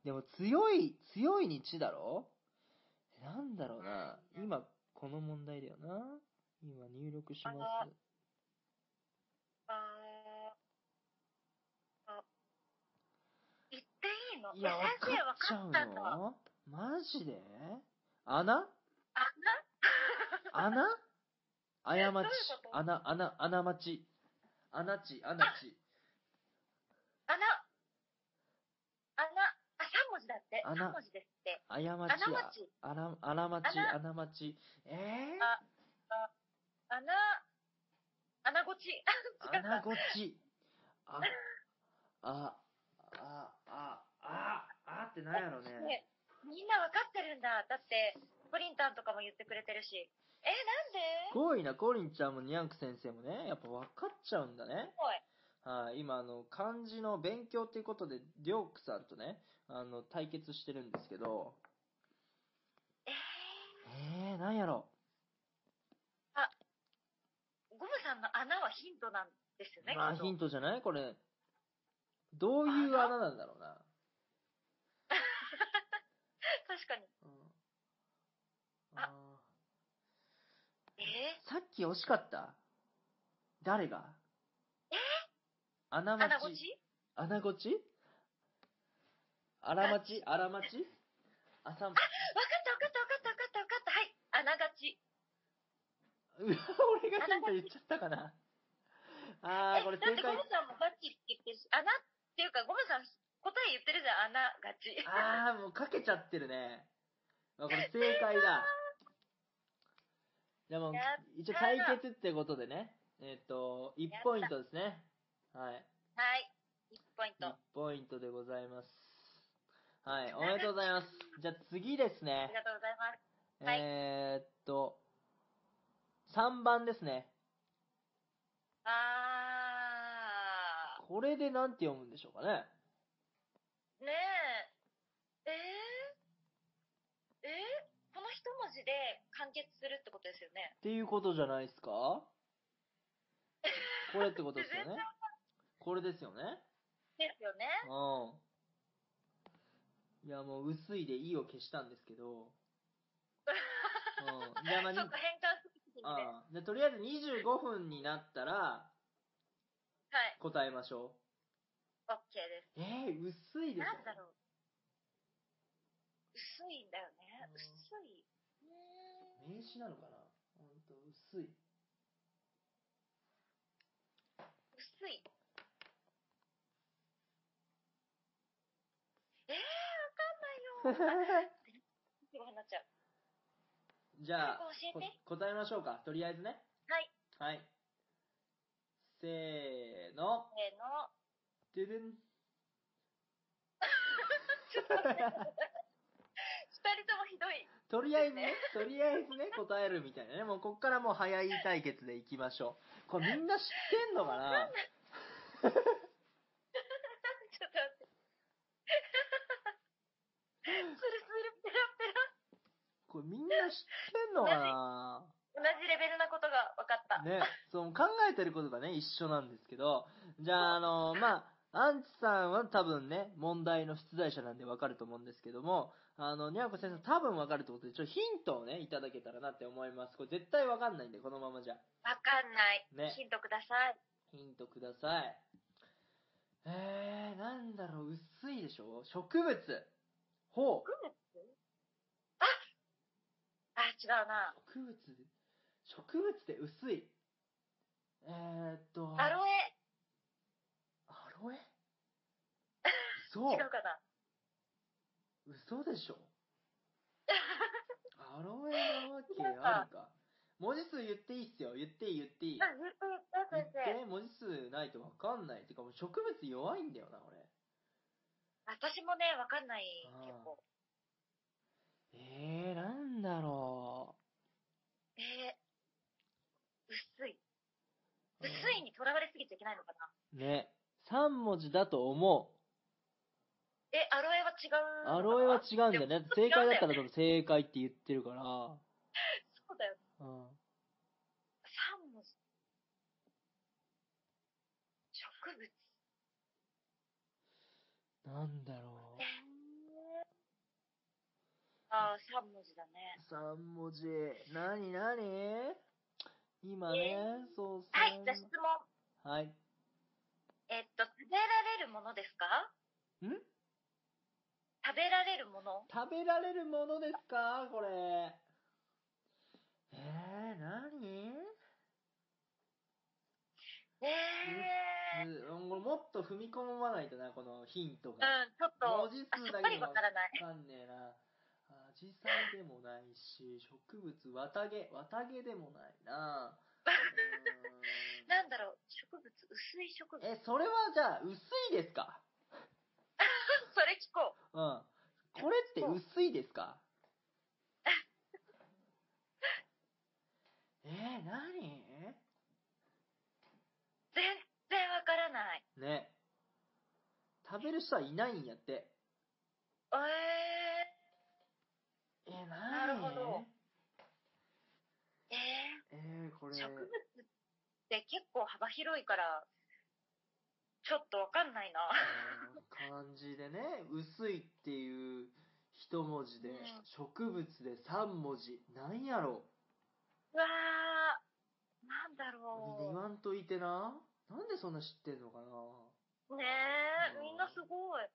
Speaker 1: でも強い、強いに地だろなんだろうな。今、この問題だよな。今入力します。
Speaker 2: あー、あ、言っていいの
Speaker 1: いや、わ
Speaker 2: え
Speaker 1: か
Speaker 2: 先生わ
Speaker 1: っちゃ
Speaker 2: か
Speaker 1: う
Speaker 2: ったんだ。あ
Speaker 1: のマジで穴穴過
Speaker 2: えどういう
Speaker 1: ち
Speaker 2: こ。と
Speaker 1: 穴、穴、穴待ち。穴地、穴地。
Speaker 2: 穴、穴、あ、3文字だって。
Speaker 1: 穴
Speaker 2: 3文字ですって。
Speaker 1: 過ちや。
Speaker 2: 穴持ち。
Speaker 1: あら、あら待ち、
Speaker 2: 穴
Speaker 1: 穴待ち。え
Speaker 2: あ穴、穴ごち。
Speaker 1: ぇ、
Speaker 2: 違
Speaker 1: ー、
Speaker 2: った
Speaker 1: 穴ごち。あ、あ、あ、あ、あ、あってなんやろね。
Speaker 2: ねみんなわかってるんだ。だって、プリンタンとかも言ってくれてるし。え、
Speaker 1: す
Speaker 2: なんで
Speaker 1: ごいな、コリンちゃんもニャンク先生もね、やっぱ分かっちゃうんだね。
Speaker 2: おい。
Speaker 1: はい、今、あの、漢字の勉強っていうことで、りょうくさんとね、あの、対決してるんですけど、
Speaker 2: え
Speaker 1: えー、なんやろ。
Speaker 2: ー、ゴムさんの穴はヒントなんですよね。
Speaker 1: まあ、
Speaker 2: きっと
Speaker 1: ヒントじゃないこれ。どういう穴なんだろうな。
Speaker 2: 確かに。
Speaker 1: うんあ
Speaker 2: え
Speaker 1: ーさっき惜しかった誰が穴
Speaker 2: ー、穴ご
Speaker 1: 待ち。
Speaker 2: ち
Speaker 1: 穴ごち荒町荒町朝町
Speaker 2: わかったわかったわかったわかったわかった。はい。穴がち。
Speaker 1: うわ 俺がヒント言っちゃったかな。あ
Speaker 2: え
Speaker 1: ー、これ
Speaker 2: だっ
Speaker 1: 正
Speaker 2: てゴ
Speaker 1: 解
Speaker 2: ム。さんもバッチって言ってるし、穴っていうかゴムさん答え言ってるじゃん。穴がち。
Speaker 1: あー、もうかけちゃってるね。あこれ正解だ。でも
Speaker 2: やっ、
Speaker 1: 一応対決ってことでね。えっ、と、1ポイントですね。はい。
Speaker 2: はい。1ポイン
Speaker 1: 1
Speaker 2: ト。
Speaker 1: ポイントでございます。はい、おめでとうございます。じゃあ次です
Speaker 2: あ
Speaker 1: ね
Speaker 2: り。がとうございます。はい
Speaker 1: えーっと、3番ですね。
Speaker 2: あ
Speaker 1: これでなんて読むんでしょうかね。
Speaker 2: ー。ねえ。えー、えーこの一文字で完結するってことですよね。
Speaker 1: っていうことじゃないですかこれってこと ですよね。これですよね。
Speaker 2: ですよね。
Speaker 1: うん。いや、もう薄いでいいを消したんですけど。うん。じゃあまあ に
Speaker 2: ちょっと変換する時にね。は
Speaker 1: うんでとりあえず25分になったら
Speaker 2: い。
Speaker 1: 答えましょ
Speaker 2: OK です。
Speaker 1: う。えー、薄いでしょ
Speaker 2: なんだろう。薄いんだよね。
Speaker 1: うん
Speaker 2: 薄い。うーん。
Speaker 1: 名詞なのかなほんと、薄 い。
Speaker 2: 薄い。えー、わかんないよ。すごいなっちゃう。
Speaker 1: じゃあ
Speaker 2: 早く教えて、
Speaker 1: こ答えましょうか。とりあえずね。
Speaker 2: はい。
Speaker 1: はい。せーの。
Speaker 2: せーの。
Speaker 1: ドゥドゥ ン。
Speaker 2: 二人ともひどい。
Speaker 1: とりあえずね、とりあえずね、答えるみたいなね。もうこっからもう早い対決でいきましょう。これみんな知ってんのかな
Speaker 2: ちょっと待 って。スルスルペ
Speaker 1: これみんな知ってんのかな
Speaker 2: ラペラ。同じレベルなことが分かった。
Speaker 1: ね、その考えてることがね、一緒なんですけど、じゃあ、あの、まあ、アンチさんは多分ね、問題の出題者なんでわかると思うんですけども、あの、にゃんこ先生多分わかるってことで、ちょっとヒントをね、いただけたらなって思います。これ絶対わかんないんで、このままじゃ。
Speaker 2: わかんない。
Speaker 1: ね
Speaker 2: ヒントください。
Speaker 1: ヒントください。えー、なんだろう、薄いでしょ植物。ほう。
Speaker 2: あ、違うな。
Speaker 1: 植物で、植物で薄い。えーっと、
Speaker 2: アロエ。
Speaker 1: アロエそう。
Speaker 2: 違うかな。
Speaker 1: 嘘で しょアロエなわけあるか。文字数言っていいっすよ。言っていい言っていい。
Speaker 2: あ、言って言った
Speaker 1: 言
Speaker 2: 先
Speaker 1: っ
Speaker 2: 生。
Speaker 1: て、文字数ないとわかんない。てかもう植物弱いんだよな、俺。
Speaker 2: 私もね、わかんない。
Speaker 1: あー
Speaker 2: 結構。
Speaker 1: えー、なんだろ
Speaker 2: えー、薄い。
Speaker 1: う。
Speaker 2: 薄いにとらわれすぎちゃいけないのかな。
Speaker 1: ね。3文字だと思
Speaker 2: え、アロエは違
Speaker 1: う。
Speaker 2: う。
Speaker 1: アロエは違うんだ
Speaker 2: でも。
Speaker 1: よね。正解だったら多分正解って言ってるから。
Speaker 2: そうだよ。
Speaker 1: うん。
Speaker 2: 三文字。植物。
Speaker 1: なんだろ
Speaker 2: えーああ、三文字だね。
Speaker 1: う。3文字。なになに今ね、そうそう。
Speaker 2: はい、じゃあ質問。
Speaker 1: はい。
Speaker 2: えっと、食べられるものですか
Speaker 1: ん
Speaker 2: 食べられるもの
Speaker 1: 食べられるものですかこれ。えー、なに
Speaker 2: ええー。
Speaker 1: もっと踏み込まないとな、このヒント
Speaker 2: う
Speaker 1: が。
Speaker 2: ん、ちょっと、
Speaker 1: 文字
Speaker 2: あ
Speaker 1: 数
Speaker 2: さ
Speaker 1: だ
Speaker 2: っぱり
Speaker 1: けでも
Speaker 2: わからない。
Speaker 1: わかんねえな。あ実際でもないし、植物、綿毛、綿毛でもないな。う
Speaker 2: なんだろう、植物、薄い植物。
Speaker 1: ーんえ、それはじゃあ、薄いですか
Speaker 2: それ聞こう。
Speaker 1: うん。これって薄いで すかえー、なに
Speaker 2: 全然わからない。
Speaker 1: ね食べる人はいないんやって
Speaker 2: え
Speaker 1: え
Speaker 2: なるほどー、え
Speaker 1: えー、こ
Speaker 2: ー、
Speaker 1: れ
Speaker 2: 植物って結構幅広いから、ちょっとわかんないな。
Speaker 1: あの漢字でね薄いっていう一文字で
Speaker 2: うん
Speaker 1: 植物で三文字なんやろ
Speaker 2: うわー、なんだ
Speaker 1: みんな言
Speaker 2: ろ
Speaker 1: わんといてななんでそんな知ってんのかな
Speaker 2: う。ねえ、みんなすごい。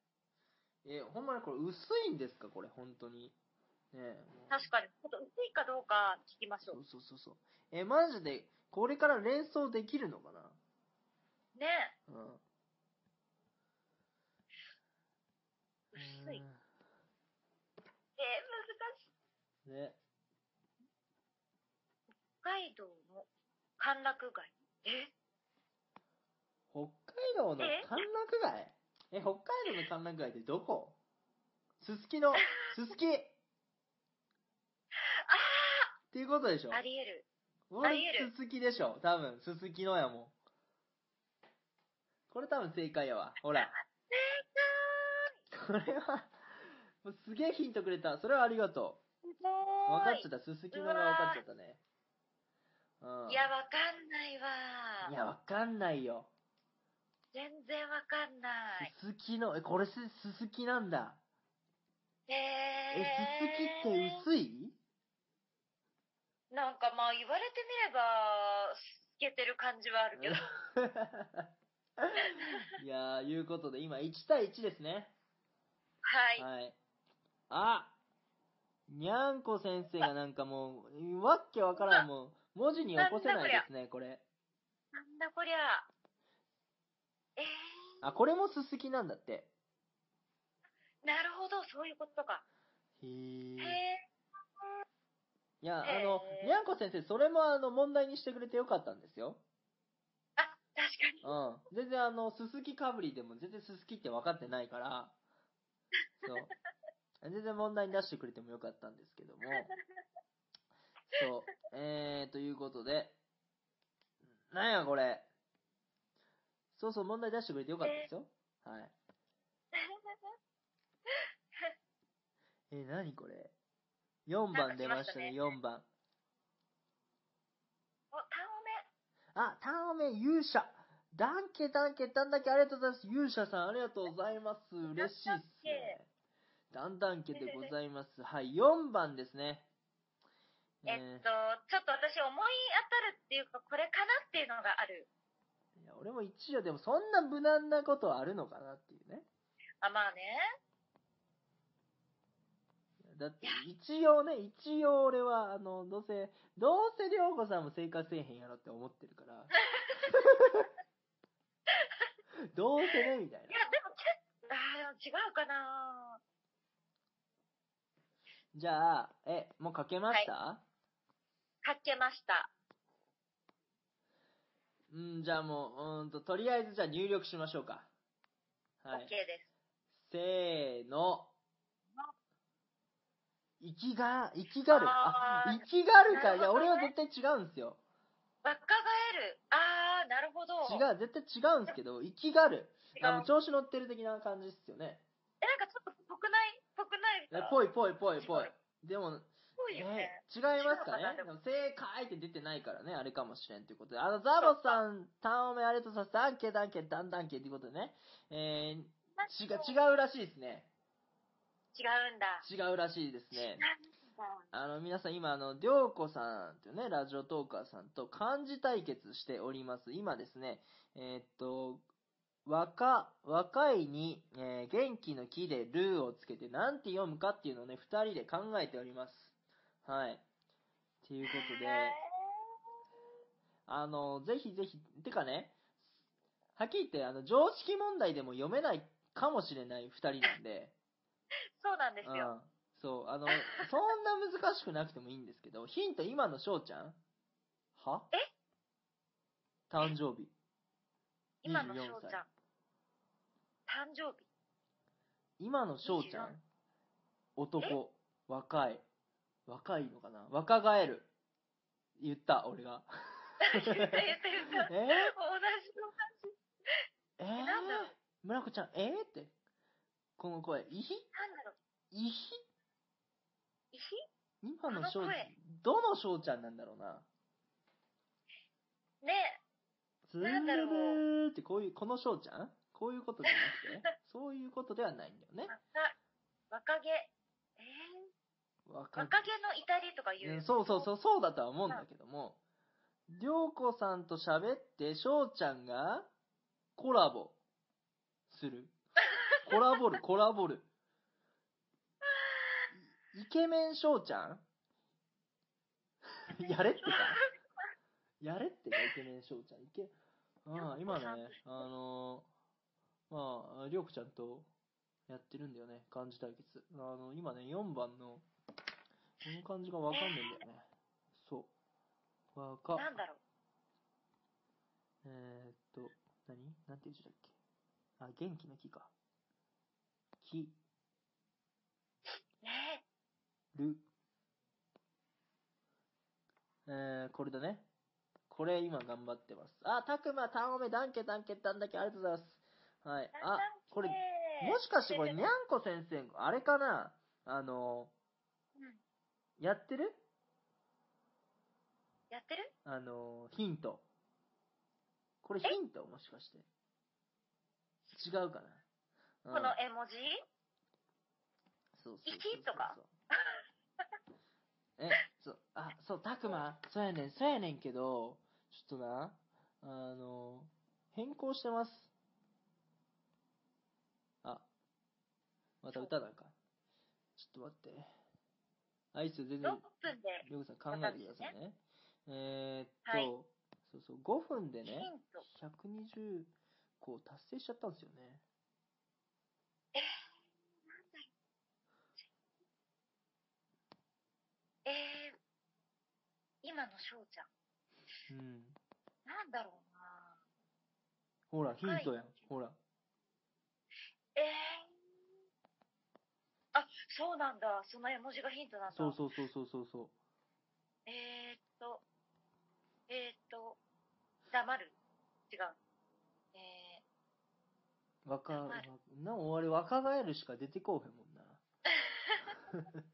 Speaker 1: えほんまにこれ薄いんですかこれ本当にねえ
Speaker 2: 確かに、ちょっと薄いかどうか聞きまし
Speaker 1: そ
Speaker 2: ょう。
Speaker 1: うそうそうそうえマジでこれから連想できるのかな
Speaker 2: ねえ、
Speaker 1: うん
Speaker 2: 薄い。えー、難しい。
Speaker 1: うんね
Speaker 2: 北海道の歓楽街。え
Speaker 1: 北海道の歓楽街え、北海道の観覧街ってどこす すきの、すすきっていうことでしょ
Speaker 2: ありえる。あ
Speaker 1: 俺
Speaker 2: りえる、
Speaker 1: すすきでしょ多分、すすきのやもん。これ多分正解やわ。ほら。これは、もうすげえヒントくれた。それはありがと
Speaker 2: すご
Speaker 1: う。分か
Speaker 2: ー
Speaker 1: っ
Speaker 2: い
Speaker 1: ちゃった。すすきのが分かっちゃったね。うん。
Speaker 2: いや、わかんないわ。
Speaker 1: いや、分かんないよ。
Speaker 2: 全然わかんない。
Speaker 1: すすきの、え、これす、すすきなんだ。
Speaker 2: え
Speaker 1: え、
Speaker 2: ー、
Speaker 1: すすきって薄い
Speaker 2: なんかまあ言われてみれば、透けてる感じはあるけど。
Speaker 1: いやー、いうことで、今1対1ですね。
Speaker 2: はい。
Speaker 1: はい。あにゃんこ先生がなんかもう、わっけわからん、もう、文字に起こせないですね、これ。
Speaker 2: なんだこりゃ。えー、
Speaker 1: あ、これもすすきなんだって。
Speaker 2: なるほど、そういうことか。
Speaker 1: へ
Speaker 2: へ
Speaker 1: え。
Speaker 2: え
Speaker 1: いや、あ
Speaker 2: へー
Speaker 1: の、にゃんこ先生、それもあの、問題にしてくれてよかったんですよ。
Speaker 2: あ、確かに。
Speaker 1: うん。全然あの、すすきかぶりでも全然すすきって分かってないから、そう。全然問題に出してくれてもよかったんですけども。そう。えー、ということで、なんやこれ。そうそう、問題出してくれてよかったですよ。はい。えー、なにこれ。4番出ましたね、4番。
Speaker 2: お、タンオメ。
Speaker 1: あ、タンオメ勇者。ダンケダンケダンダンケありがとうございます。勇者さんありがとうございます。嬉しいっすね。ダンダンケでございます。はい、4番ですね。
Speaker 2: えっと、ちょっと私思い当たるっていうか、これかなっていうのがある。
Speaker 1: いや俺も一応でもそんな無難なことあるのかなっていうね。
Speaker 2: あ、まあね。
Speaker 1: だって一応ね、一応俺はあの、どうせ、どうせ涼子さんも生活せえへんやろって思って るから。どうせね、みたい
Speaker 2: い
Speaker 1: な
Speaker 2: や。、でも、けあー、違うかな
Speaker 1: じゃあ、え、もう書けました、
Speaker 2: かけました。
Speaker 1: うん、じゃあもう、うーんと、とりあえずじゃあ入力しましょうか。はい。
Speaker 2: OK です。
Speaker 1: せーの。生きが、生きがる。あ
Speaker 2: あ、ー
Speaker 1: 生きがるか。い
Speaker 2: なる
Speaker 1: や、
Speaker 2: ほどね
Speaker 1: 俺は絶対違うんですよ。
Speaker 2: 若返る。あー、なるほど。
Speaker 1: 違
Speaker 2: 違う。
Speaker 1: う、絶対違うんですけど、生きがる。あの、調子乗ってる的な感じっすよね。
Speaker 2: え、なんかちょっとぽくないぽくない
Speaker 1: え
Speaker 2: か
Speaker 1: ぽ
Speaker 2: い。
Speaker 1: いぽいぽいぽい。でも、
Speaker 2: ぽい
Speaker 1: ね、違い
Speaker 2: よね。
Speaker 1: ます
Speaker 2: 違うか
Speaker 1: かね
Speaker 2: なで
Speaker 1: で
Speaker 2: も
Speaker 1: も正解って出てないからね、あれかもしれんということで。あの、ザボさん、タンオメありがとうございます。ダンケダンケダンダンケっていうことでね。えー、違う、
Speaker 2: 違う。
Speaker 1: 違うらしいですね。
Speaker 2: 違うんだ。
Speaker 1: 違うらしいですね。
Speaker 2: なんだ
Speaker 1: あの、皆さん今、あの、りょうこさんというね、ラジオトーカーさんと漢字対決しております。今ですね、えーっと、若、若いに、えー元気の木でルーをつけて、なんて読むかっていうのをね、二人で考えております。はい。ということで、
Speaker 2: へ
Speaker 1: あの、ぜひぜひ、てかね、はっきり言って、あの、常識問題でも読めないかもしれない二人なんで、
Speaker 2: ーそうなんです
Speaker 1: う
Speaker 2: よ。
Speaker 1: ん。そう、あの、そんな難しくなくてもいいんですけど、ヒント今の翔ちゃんは
Speaker 2: え
Speaker 1: 誕生日。
Speaker 2: 今の
Speaker 1: 24
Speaker 2: 翔ち
Speaker 1: 歳
Speaker 2: ゃん。誕生日。
Speaker 1: 今の翔ちゃ
Speaker 2: 24
Speaker 1: ん男。若い。若いのかな若返る。言った、俺が。
Speaker 2: 言ってる言ってる。
Speaker 1: え
Speaker 2: 同じの感じ。
Speaker 1: えー
Speaker 2: なんだろう
Speaker 1: 村子ちゃん、えー、って。この声、いひ
Speaker 2: なんだろう。
Speaker 1: いひ
Speaker 2: いひ
Speaker 1: 今の
Speaker 2: こ
Speaker 1: 翔
Speaker 2: の声、
Speaker 1: どの翔ちゃんなんだろうな。
Speaker 2: ね
Speaker 1: ズン
Speaker 2: なんだろう
Speaker 1: ルルーってこういう、この翔ちゃんこういうことじゃなくて、そういうことではないんだよね
Speaker 2: 若。、若気。えー、
Speaker 1: わかっ
Speaker 2: 若気の至りとか言
Speaker 1: う。
Speaker 2: うん
Speaker 1: そうそうそう、そうだとは思うんだけども、りょうこさんと喋って、翔ちゃんがコラボす る。コラボる、コラボる。イケメン翔ち ゃんやれってか。やれってか、イケメン翔ちゃん。イケ、ああ、今ね、あのーまあ、りょうこちゃんとやってるんだよね、漢字対決。あの、今ね、4番の、この漢字がわかんないんだよね。そう。わか。
Speaker 2: なんだろう。
Speaker 1: えーっと、何なんていう字だっけあ、元気の木か。木、
Speaker 2: ねえ。
Speaker 1: る。えー、これだね。これ今頑張ってます。あ、たくま、たんおめ、だんけ、だんけ、だんだけ、ありがとうございます。はい。あ、これ、もしかしてこれ、にゃんこ先生、あれかなあの、
Speaker 2: うん。
Speaker 1: やってる
Speaker 2: やってる
Speaker 1: あの、ヒント。これヒ
Speaker 2: え
Speaker 1: ントもしかして。違うかな、うん
Speaker 2: この絵文字
Speaker 1: そうそうそうそう
Speaker 2: 一とか
Speaker 1: え、そう、あ、そう、たくま、そうやねん、そうやねんけど、ちょっとな、あの、変更してます。あ、また歌なんか。ちょっと待って。あ、いいっすよ、全然
Speaker 2: 6。分で
Speaker 1: りょうさん考えてくださいね。えーっと、
Speaker 2: はい
Speaker 1: そうそう、5分で
Speaker 2: ヒ
Speaker 1: ね、
Speaker 2: ント。
Speaker 1: 120個達成しちゃったんですよね。
Speaker 2: えー、今の翔ちゃん。
Speaker 1: うん。
Speaker 2: なんだろうな
Speaker 1: ほら、ヒントやん。ほら。
Speaker 2: えー、あ、そうなんだ。その絵文字がヒントなんだ。
Speaker 1: そうそうそうそうそうそう。
Speaker 2: えー、っと、えー、っと、黙る。違う。え
Speaker 1: 若、
Speaker 2: は
Speaker 1: なお、俺若返るしか出てこうへんもんな。
Speaker 2: ー、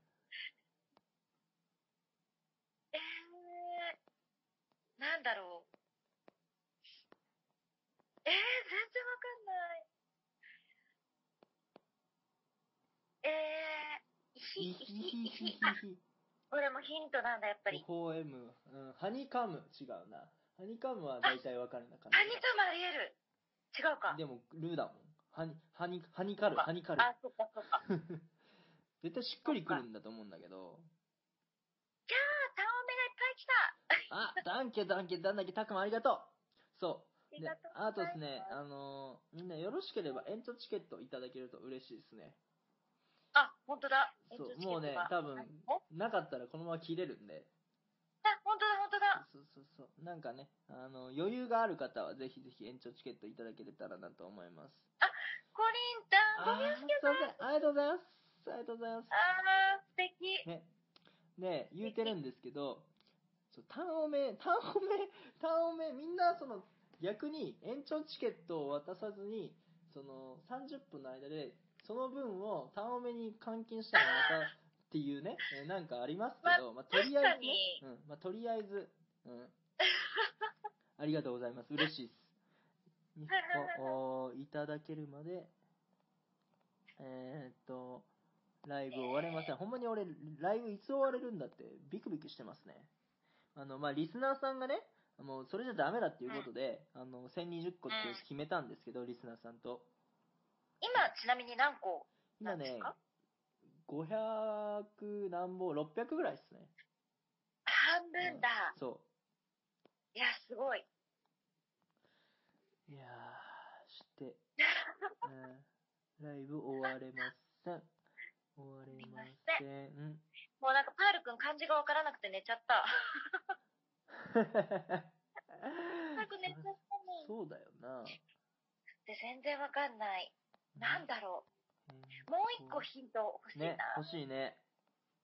Speaker 2: えー、なんだろう。えー、全然わかんない。えー、
Speaker 1: い
Speaker 2: ひ、
Speaker 1: ひ
Speaker 2: ひ、
Speaker 1: ひ
Speaker 2: ひ、
Speaker 1: ひひ
Speaker 2: ひ。あ、これもヒントなんだ、やっぱ
Speaker 1: ひ。
Speaker 2: り。
Speaker 1: ほえむ。うん、ハニカム。違うな。ハニカムは大体わかるな感
Speaker 2: ハニカマありえる。違うか
Speaker 1: じ。。でも、ルーだもん。ハニ、ハニ、ハニカル、ハニカル。
Speaker 2: あ、そっかそっ か。あ、
Speaker 1: 絶対しっくりくるんだと思うんだけど。
Speaker 2: タオメがいっぱい来た。
Speaker 1: あ、ダンケ、ダンケ、ダンだけ、たくまありがとう。そう。
Speaker 2: あり
Speaker 1: で
Speaker 2: がとう
Speaker 1: あと
Speaker 2: ございます。
Speaker 1: ですね、あのーみんなよろしければエントチケットいただけると嬉しいですね。
Speaker 2: あ、本当だ。
Speaker 1: そう
Speaker 2: えっと
Speaker 1: もう
Speaker 2: チ
Speaker 1: ね
Speaker 2: ケットが
Speaker 1: 多分
Speaker 2: あ
Speaker 1: なかったらこのまま切れるんで。
Speaker 2: 本当だ、本当だ。
Speaker 1: そうそうそう。なんかね、あの、余裕がある方はぜひぜひ延長チケットいただけれたらなと思います。
Speaker 2: コリンちゃん、
Speaker 1: あ
Speaker 2: ごめん。
Speaker 1: ーそうですねありがとうございます。ありがとうございます。
Speaker 2: あー、素敵。
Speaker 1: ね、ね、言うてるんですけど、そう、タンオメ、タンオメ、タンオメ、みんなその、逆に延長チケットを渡さずに、その、30分の間で、その分をタンオメに換金したらまた、っていうね、えーなんかありますけど、まあ、とりあえずね、うん、まあ、とりあえず、うん。ありがとうございます。嬉しいです。 に
Speaker 2: はいはいはいはい
Speaker 1: おおいただけるまで、えーっと、ライブ終われません。ほんまに俺、ライブいつ終われるんだって、ビクビクしてますね。あの、まあ、リスナーさんがね、もう、それじゃダメだっていうことで、あの、1020個って決めたんですけど、リスナーさんと。
Speaker 2: 今、ちなみに何個な
Speaker 1: 今
Speaker 2: んです
Speaker 1: ね
Speaker 2: か、
Speaker 1: 500何本、600ぐらいですね。
Speaker 2: 半分だ。
Speaker 1: そ
Speaker 2: いや、すごい。
Speaker 1: う。いやー、して、うん、ライブ終われません。終われません。
Speaker 2: もうなんか、パールくん漢字がわからなくて寝ちゃ った。パールくん寝ちゃったね。
Speaker 1: そうだよな。
Speaker 2: で、全然わかんない。なんだろう。もう一個ヒント欲しいな。
Speaker 1: ね、欲しいね。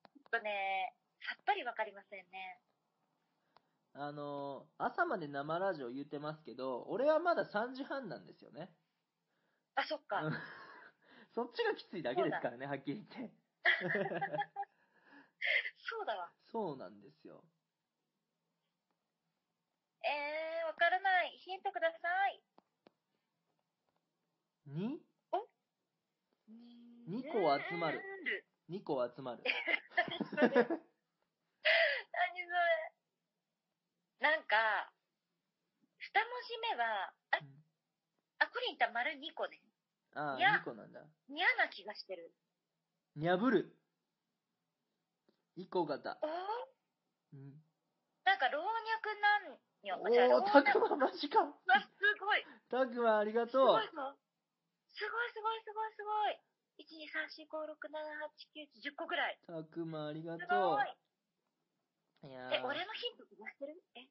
Speaker 2: ちょっとね、さっぱりわかりませんね。
Speaker 1: あのー朝まで生ラジオ言ってますけど、俺はまだ3時半なんですよね。
Speaker 2: あ、そっか。
Speaker 1: うんそっちがきついだけですからね、はっきり言って。
Speaker 2: そうだわ。
Speaker 1: そうなんですよ。
Speaker 2: えー、わからない。ヒントください。
Speaker 1: 2?2
Speaker 2: 2
Speaker 1: 個集まる個集まる。
Speaker 2: 何それなんか、二文字目は、あ
Speaker 1: うん、
Speaker 2: あコリンタ丸2個ね。
Speaker 1: あ
Speaker 2: いや
Speaker 1: あ、2個なんだ。
Speaker 2: 嫌な気がしてる。
Speaker 1: にゃぶる。イコ型。
Speaker 2: おー
Speaker 1: うん、
Speaker 2: なんか老若男女。
Speaker 1: お
Speaker 2: 違う老
Speaker 1: ー、
Speaker 2: 若
Speaker 1: たくまマジか。
Speaker 2: うわすごい。
Speaker 1: たくまありが
Speaker 2: すご
Speaker 1: と
Speaker 2: いぞ。すごいすごいすごいすごい。1、2、3、4、5、6、7、8、9、10個ぐらい。
Speaker 1: う。たくまありが
Speaker 2: す
Speaker 1: と
Speaker 2: ごい。
Speaker 1: う。いやー
Speaker 2: え、俺のヒント飛ばしてるえ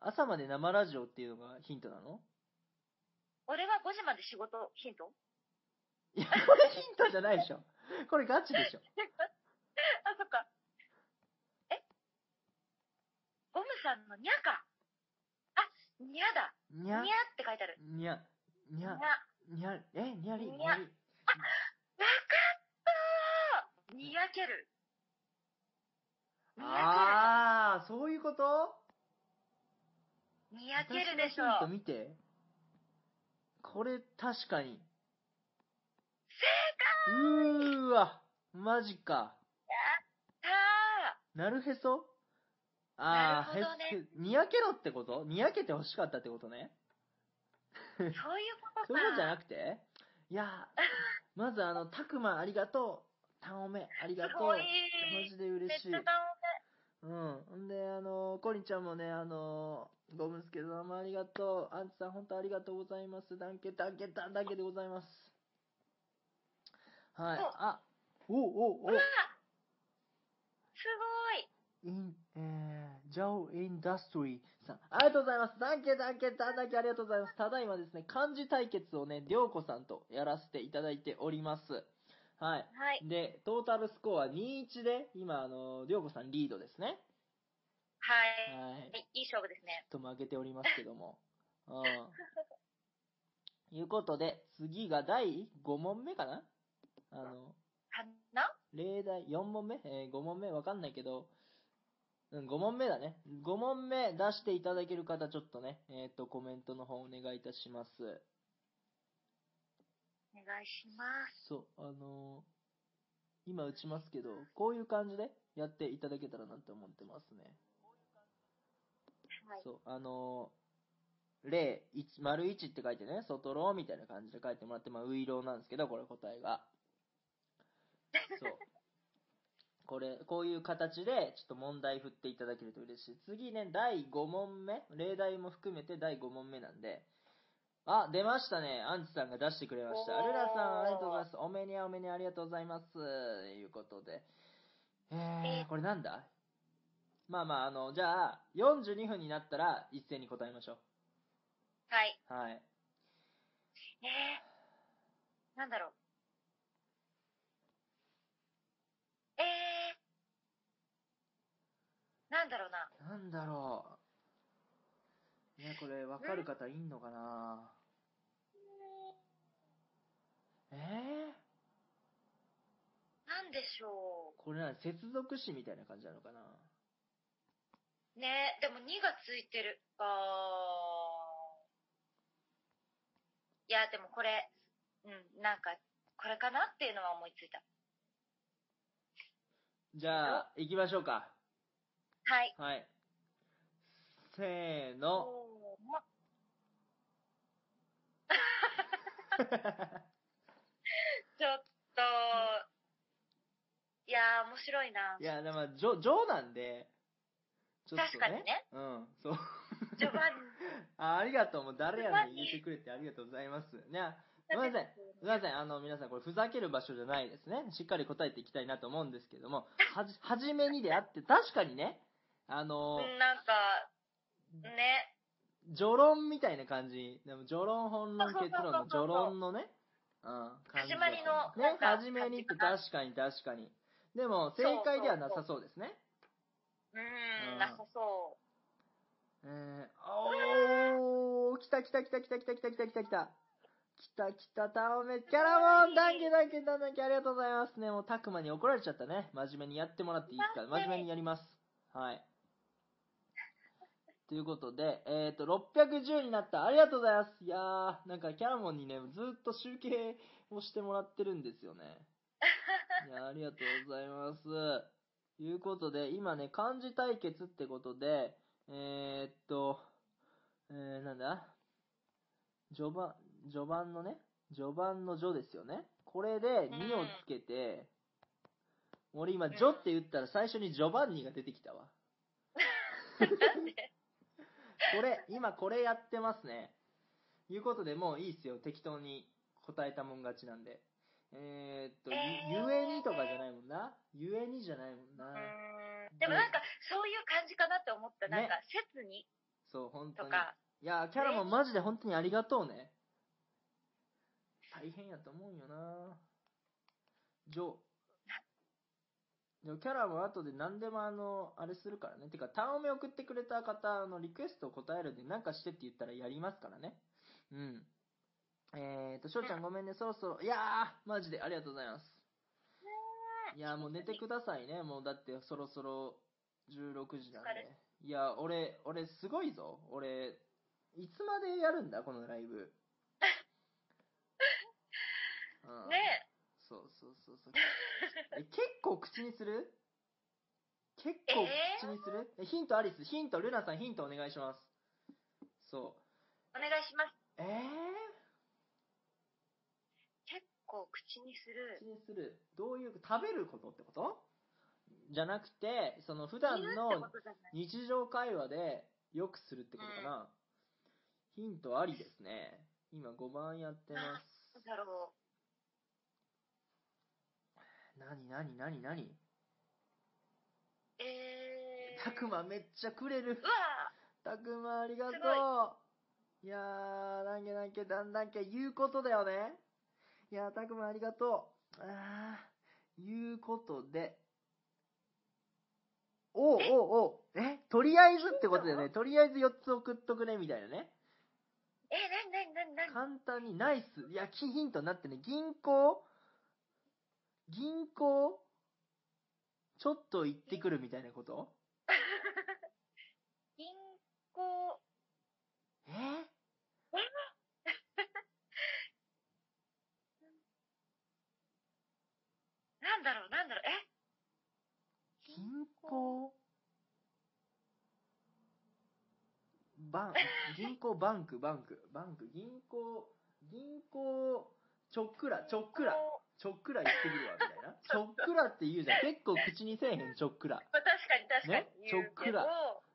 Speaker 1: 朝まで生ラジオっていうのがヒントなの
Speaker 2: 俺が5時まで仕事ヒント
Speaker 1: いや、これヒントじゃないでしょ。これガチでしょ。
Speaker 2: あ、そっか。えゴムさんのニャか。あ、ニャだ。
Speaker 1: に
Speaker 2: ニャ
Speaker 1: ゃ
Speaker 2: っ、て書いてある。
Speaker 1: にゃ、に
Speaker 2: ニャ。
Speaker 1: ゃ
Speaker 2: わ、
Speaker 1: にゃ、え、にゃり、に
Speaker 2: にゃ
Speaker 1: ゃり。
Speaker 2: かったニヤける。ニヤ
Speaker 1: ああ、そういうこと
Speaker 2: ける。ニヤけるでしょ。
Speaker 1: 私のヒ
Speaker 2: 正
Speaker 1: ント見て。これ、確かに。うーわ、マジか。
Speaker 2: 解あ
Speaker 1: なるへそああ、
Speaker 2: なるほどね
Speaker 1: へっつけ、にやけろってことにやけて欲しかったってことね。
Speaker 2: ーそういうことか。
Speaker 1: そういうことじゃなくて いや、まずあの、たくまありがとう。たおめありが
Speaker 2: す
Speaker 1: とう。
Speaker 2: ごい。
Speaker 1: マジで嬉
Speaker 2: めっ
Speaker 1: し
Speaker 2: ち
Speaker 1: い。
Speaker 2: ゃ顔
Speaker 1: うん。んで、あの、コリンちゃんもね、あの、ゴムスケさんもありがとう。アンチさん、本当ありがとうございます。ダンケ、ダンケ、ダンダンケでございます。はい。
Speaker 2: お
Speaker 1: あ、おおお
Speaker 2: うわすごい。
Speaker 1: イン、えー、ジャオインダストリーさん。ありがとうございます。ダンケ、ダンケ、ダンダンケ、ありがとうございます。ただいまですね、漢字対決をね、りょうこさんとやらせていただいております。はい。
Speaker 2: はい。
Speaker 1: で、トータルスコア2-1で、今、あの、りょうこさんリードですね。
Speaker 2: はい。
Speaker 1: はい。
Speaker 2: いい勝負ですね。
Speaker 1: ちょっと負けておりますけども。うん。いうことで、次が第5問目かなあの、
Speaker 2: かな
Speaker 1: 例題4問目えー、5問目わかんないけど、うん、5問目だね。5問目出していただける方、ちょっとね、えっ、と、コメントの方お願いいたします。
Speaker 2: お願いします。
Speaker 1: そう、あのー今打ちますけど、こういう感じでやっていただけたらなって思ってますね。
Speaker 2: はい。
Speaker 1: そう、あのー、0、1、丸1って書いてね、外ローみたいな感じで書いてもらって、まあ、ウイローなんですけど、これ答 えが。そう。これ、こういう形で、ちょっと問題振っていただけると嬉しい。次ね、第5問目、例題も含めて第5問目なんで、あ、出ましたね。アンチさんが出してくれました。
Speaker 2: おー
Speaker 1: アルラさん、ありがとうございます。おめにゃおめにゃありがとうございます。ということで。え
Speaker 2: え
Speaker 1: ー、これなんだまあまあ、あの、じゃあ、42分になったら一斉に答えましょ
Speaker 2: はい。
Speaker 1: う。は
Speaker 2: え
Speaker 1: い。
Speaker 2: ー、なんだろう。えー、なんだろうな。
Speaker 1: なんだろう。ね、これ、わかる方いんのかなえー、
Speaker 2: なんでしょ
Speaker 1: これな、接続詞みたいな感じなのかな
Speaker 2: う。ねでも2がついてる。あーいや、でもこれ、うん、なんか、これかなっていうのは思いついた。
Speaker 1: じゃあ、行きましょうか。
Speaker 2: はい。
Speaker 1: はい。せー
Speaker 2: お
Speaker 1: の。
Speaker 2: ーまちょっと、いやー、面白いな。
Speaker 1: いや、でも、ジョ、ジョなんで、ち
Speaker 2: 確かにね。
Speaker 1: うん、そう。
Speaker 2: 序盤
Speaker 1: あありがとう、もう誰やねん言ってくれてありがとうございます。ね、ごめんなさい。すいません、あの、皆さん、これ、ふざける場所じゃないですね。しっかり答えていきたいなと思うんですけども、はじ、はじめにであって、確かにね、あの、
Speaker 2: うんなんか、ね、
Speaker 1: 序論みたいな感じ。でも、序論、本論、結論の
Speaker 2: そうそうそうそう
Speaker 1: 序論のね、うん、感じ
Speaker 2: 始
Speaker 1: だ
Speaker 2: まりの
Speaker 1: ね
Speaker 2: なん、か
Speaker 1: 始めにって確かに確かに。でも、正解ではなさそうですね。
Speaker 2: う
Speaker 1: うん
Speaker 2: ん、なさそう。
Speaker 1: えー、おー、来た来た来た来た来た来た来た来た来た。来た来た、タオメ、キャラモン、ダンケダンケダンケ、ありがとうございますね。もう、たくまに怒られちゃったね。真面目にやってもらっていいですから、真面目にやります。はい。ということで、えっ、ー、と、610になった。ありがとうございます。いやー、なんかキャラモンにね、ずっと集計をしてもらってるんですよね。いやー、ありがとうございます。ということで、今ね、漢字対決ってことで、えー、っと、えー、なんだ序盤、序盤のね、序盤の序ですよね。これで2をつけて、俺今、序って言ったら最初に序盤にが出てきたわ。
Speaker 2: なんで
Speaker 1: これ、今これやってますね。いうことでもういいっすよ。適当に答えたもん勝ちなんで。えー、っと、ゆ
Speaker 2: えー
Speaker 1: ゆえにとかじゃないもんな。ゆえにじゃないもんな。
Speaker 2: うんでもなんか、そういう感じかなって思った。
Speaker 1: ね
Speaker 2: なんか、切に
Speaker 1: そう、本当
Speaker 2: と
Speaker 1: に。
Speaker 2: か、
Speaker 1: いやー、キャラもマジで本当にありがとうね。大変やと思うんよなジョーでもキャラも後で何でもあの、あれするからね。てか、単オメ送ってくれた方、あの、リクエストを答えるんで、なんかしてって言ったらやりますからね。うん。えーと、しょうちゃんごめんね、そろそろ。いやー、マジでありがとうございます。いやー、もう寝てくださいね。もうだって、そろそろ16時なん
Speaker 2: お疲
Speaker 1: で
Speaker 2: れ。
Speaker 1: いやー、俺、俺すごいぞ。俺、いつまでやるんだ、このラ イブ。うん
Speaker 2: ねえ。
Speaker 1: そうそうそうそう。え、結構口にする結構
Speaker 2: えー
Speaker 1: 口にする、えヒントアリス、ヒント、ルナさんヒントお願いします。そ
Speaker 2: お願いします。
Speaker 1: う。え
Speaker 2: 結構口にす
Speaker 1: ー、
Speaker 2: る。
Speaker 1: 口にする。どういう、食べることってことじゃなくて、その普段
Speaker 2: 言うって
Speaker 1: の
Speaker 2: ことじゃない。
Speaker 1: 日常会話でよくするってことかな。ヒントありですね。今5番やってます
Speaker 2: なん。だろう。
Speaker 1: なになになになに
Speaker 2: えー。
Speaker 1: たくまめっちゃくれる
Speaker 2: う。わ
Speaker 1: たくまありがと
Speaker 2: す
Speaker 1: ういやーなんけなんけだんだんけ言うことだよねいやーたくまありがとうあーいうことでおうおうおうえとりあえずってことだよねとりあえず4つ送っとくねみたいなね
Speaker 2: え、なになになになに
Speaker 1: 簡単にナイスいやキーヒントになってね銀行銀行ちょっと行ってくるみたいなこと
Speaker 2: 銀行、
Speaker 1: え
Speaker 2: なんだろう、なんだろう、え
Speaker 1: 銀行バン、銀行バンク、バンク、バンク、銀行、銀行、ちょっくら、ちょっくら、ちょっくら言ってみるわ、みたい な。ちょっくらって言うじゃん。結構口にせえへん、ちょっくら。
Speaker 2: まあ、確かに確かに
Speaker 1: ね
Speaker 2: 言うけど、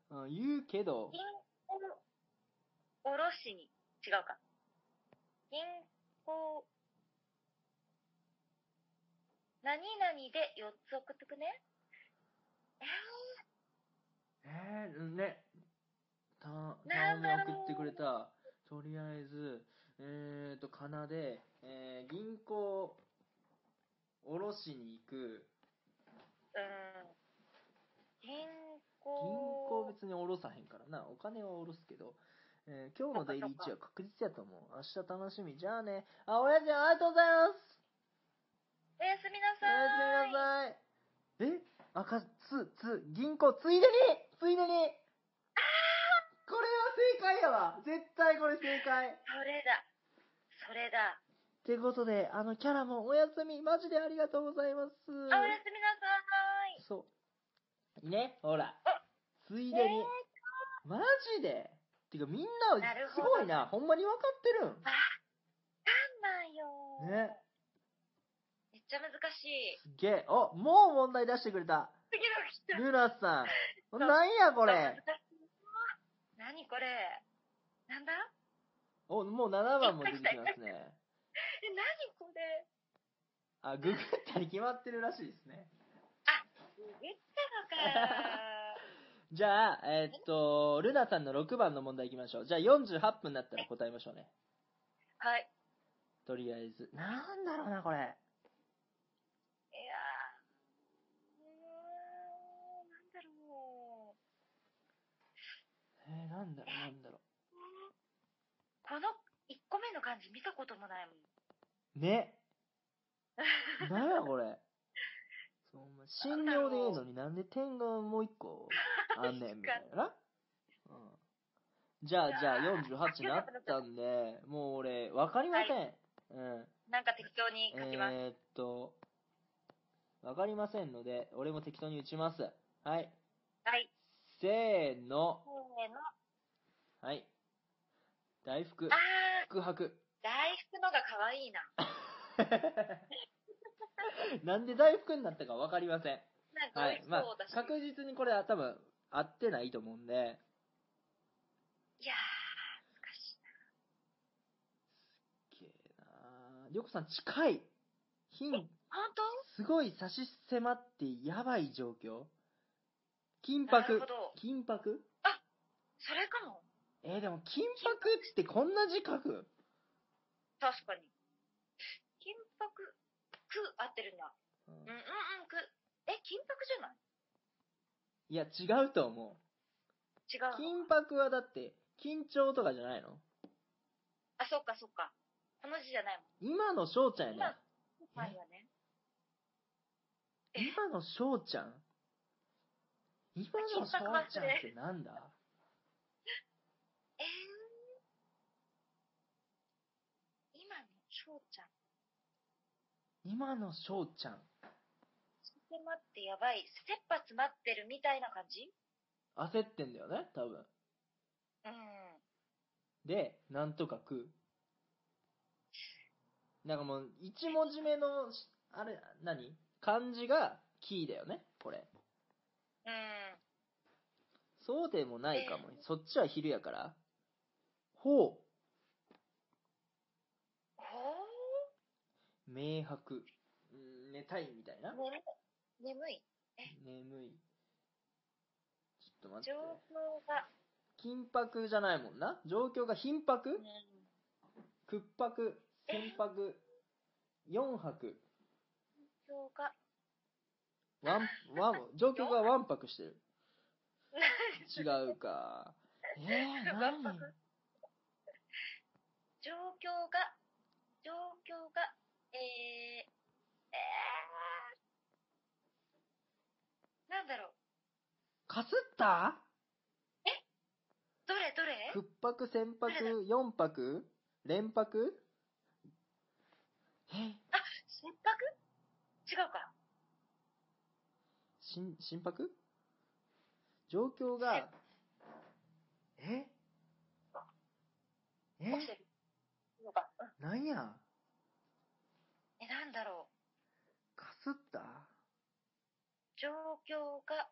Speaker 1: ちうん、言うけど、
Speaker 2: 銀行、おろしに、違うか。銀行、何々で4つ送っとくね。え
Speaker 1: えー、ね。た、た
Speaker 2: なんだろう
Speaker 1: 送ってくれた。とりあえず、えーと、かなで、えー、銀行、おろしに行く。
Speaker 2: ー、うん。銀
Speaker 1: 銀行
Speaker 2: 行、
Speaker 1: 別に下ろさへんからな。お金は下ろすけど。えー今日のデイリー1は確実やと思う。明日楽しみ。じゃあね。あ、おやじありがとうございます
Speaker 2: おやすみな
Speaker 1: お
Speaker 2: さ
Speaker 1: や
Speaker 2: ー
Speaker 1: すみ
Speaker 2: い。
Speaker 1: なさいえ赤、つ、つ、銀行、ついでについでにこれは正解やわ絶対これ正解
Speaker 2: それだ。それだ。
Speaker 1: ってことで、あのキャラもおやすみマジでありがとうございます
Speaker 2: あ、おやすみなさーい。
Speaker 1: そう。ね、ほら
Speaker 2: あ。
Speaker 1: ついでに
Speaker 2: えー。
Speaker 1: マジでてかみんな、
Speaker 2: なる
Speaker 1: す
Speaker 2: ほど
Speaker 1: ごいな。ほんまに分かって
Speaker 2: なんよ
Speaker 1: るん。ね。
Speaker 2: めっちゃ難しい。
Speaker 1: すげえ。あ、もう問題出してくれた。
Speaker 2: 次の人。
Speaker 1: ルナさん。なんやこれ。
Speaker 2: 何これなんだ
Speaker 1: お、もう7番も出てきますね。
Speaker 2: え、何これ
Speaker 1: あ、ググったに決まってるらしいですね。
Speaker 2: 言ったのか。
Speaker 1: じゃあ、えーっと、ルナさんの6番の問題いきましょう。じゃあ48分になったら答えましょうね。
Speaker 2: はい。
Speaker 1: とりあえず。なんだろうな、これ。
Speaker 2: いやー。うーん、なんだろう。
Speaker 1: えー、なんだろう、なんだろう。
Speaker 2: この1個目の漢字見たこともないもん。
Speaker 1: ね。なんやこれ。そうお前診療でええのになんで点がもう一個あんねんみたいな。うん、じゃあ、じゃあ48になったんで、もう俺、わかりません。うん。
Speaker 2: なんか適当に書きます。
Speaker 1: えー、っと、わかりませんので、俺も適当に打ちます。はい。
Speaker 2: はい。
Speaker 1: せーの。
Speaker 2: せーの。
Speaker 1: はい。大福
Speaker 2: あ。ー、
Speaker 1: 福白。
Speaker 2: 大福のが可愛いな。
Speaker 1: なんで大福になったかわかりません。
Speaker 2: なんか
Speaker 1: は
Speaker 2: 美
Speaker 1: い
Speaker 2: 味し、
Speaker 1: まあ
Speaker 2: そうだし。、
Speaker 1: 確実にこれは多分合ってないと思うんで、
Speaker 2: いやー、難しい。
Speaker 1: けーなーりょうこさん近いヒン
Speaker 2: 本当
Speaker 1: すごい差し迫ってやばい状況緊
Speaker 2: なるほ
Speaker 1: 迫
Speaker 2: ど。
Speaker 1: 緊迫
Speaker 2: それかも。
Speaker 1: えーでも緊迫ってこんな字書く
Speaker 2: 確かに。箔、く、合ってるんだ。
Speaker 1: う
Speaker 2: うんん、うん、うん、く。え、金箔じゃない
Speaker 1: いや、違うと思
Speaker 2: 違
Speaker 1: う。
Speaker 2: うの。
Speaker 1: 金箔はだって、緊張とかじゃないの
Speaker 2: あ、そっかそっか。この字じゃないも
Speaker 1: 今の翔ちゃんや
Speaker 2: ん。前はね。
Speaker 1: な。今の翔ちゃん今の翔ちゃんってなんだ
Speaker 2: えー、今の翔ちゃん。
Speaker 1: 今の翔ちゃん。
Speaker 2: 迫ってやばい。切羽詰まってるみたいな感じ
Speaker 1: 焦ってんだよね、多分。
Speaker 2: うん。
Speaker 1: で、なんとか食う。なんかもう、一文字目のし、あれ、何漢字がキーだよね、これ。
Speaker 2: うん。
Speaker 1: そうでもないかも。そっちは昼やから。ほ
Speaker 2: ほ
Speaker 1: う、明白。うん寝たいみたいな
Speaker 2: ー。。眠い。眠い。
Speaker 1: 眠い。ちょっと待
Speaker 2: 状
Speaker 1: って。
Speaker 2: 況が。
Speaker 1: 緊迫じゃないもんな状況が頻迫
Speaker 2: うん。
Speaker 1: 屈迫船泊4泊
Speaker 2: 状況が。
Speaker 1: ワンワン状況がワン泊してる違うかえー、
Speaker 2: ワ
Speaker 1: 何
Speaker 2: ン泊状況が。状況が。えー、えー、なんだろう。
Speaker 1: かすった
Speaker 2: どれどれ
Speaker 1: 屈迫船泊4泊連泊え
Speaker 2: 心拍違うか。
Speaker 1: 心心拍状況がええ
Speaker 2: 起きてるのか。うん
Speaker 1: なんや
Speaker 2: え、なんだろう。
Speaker 1: かすった
Speaker 2: 状況が、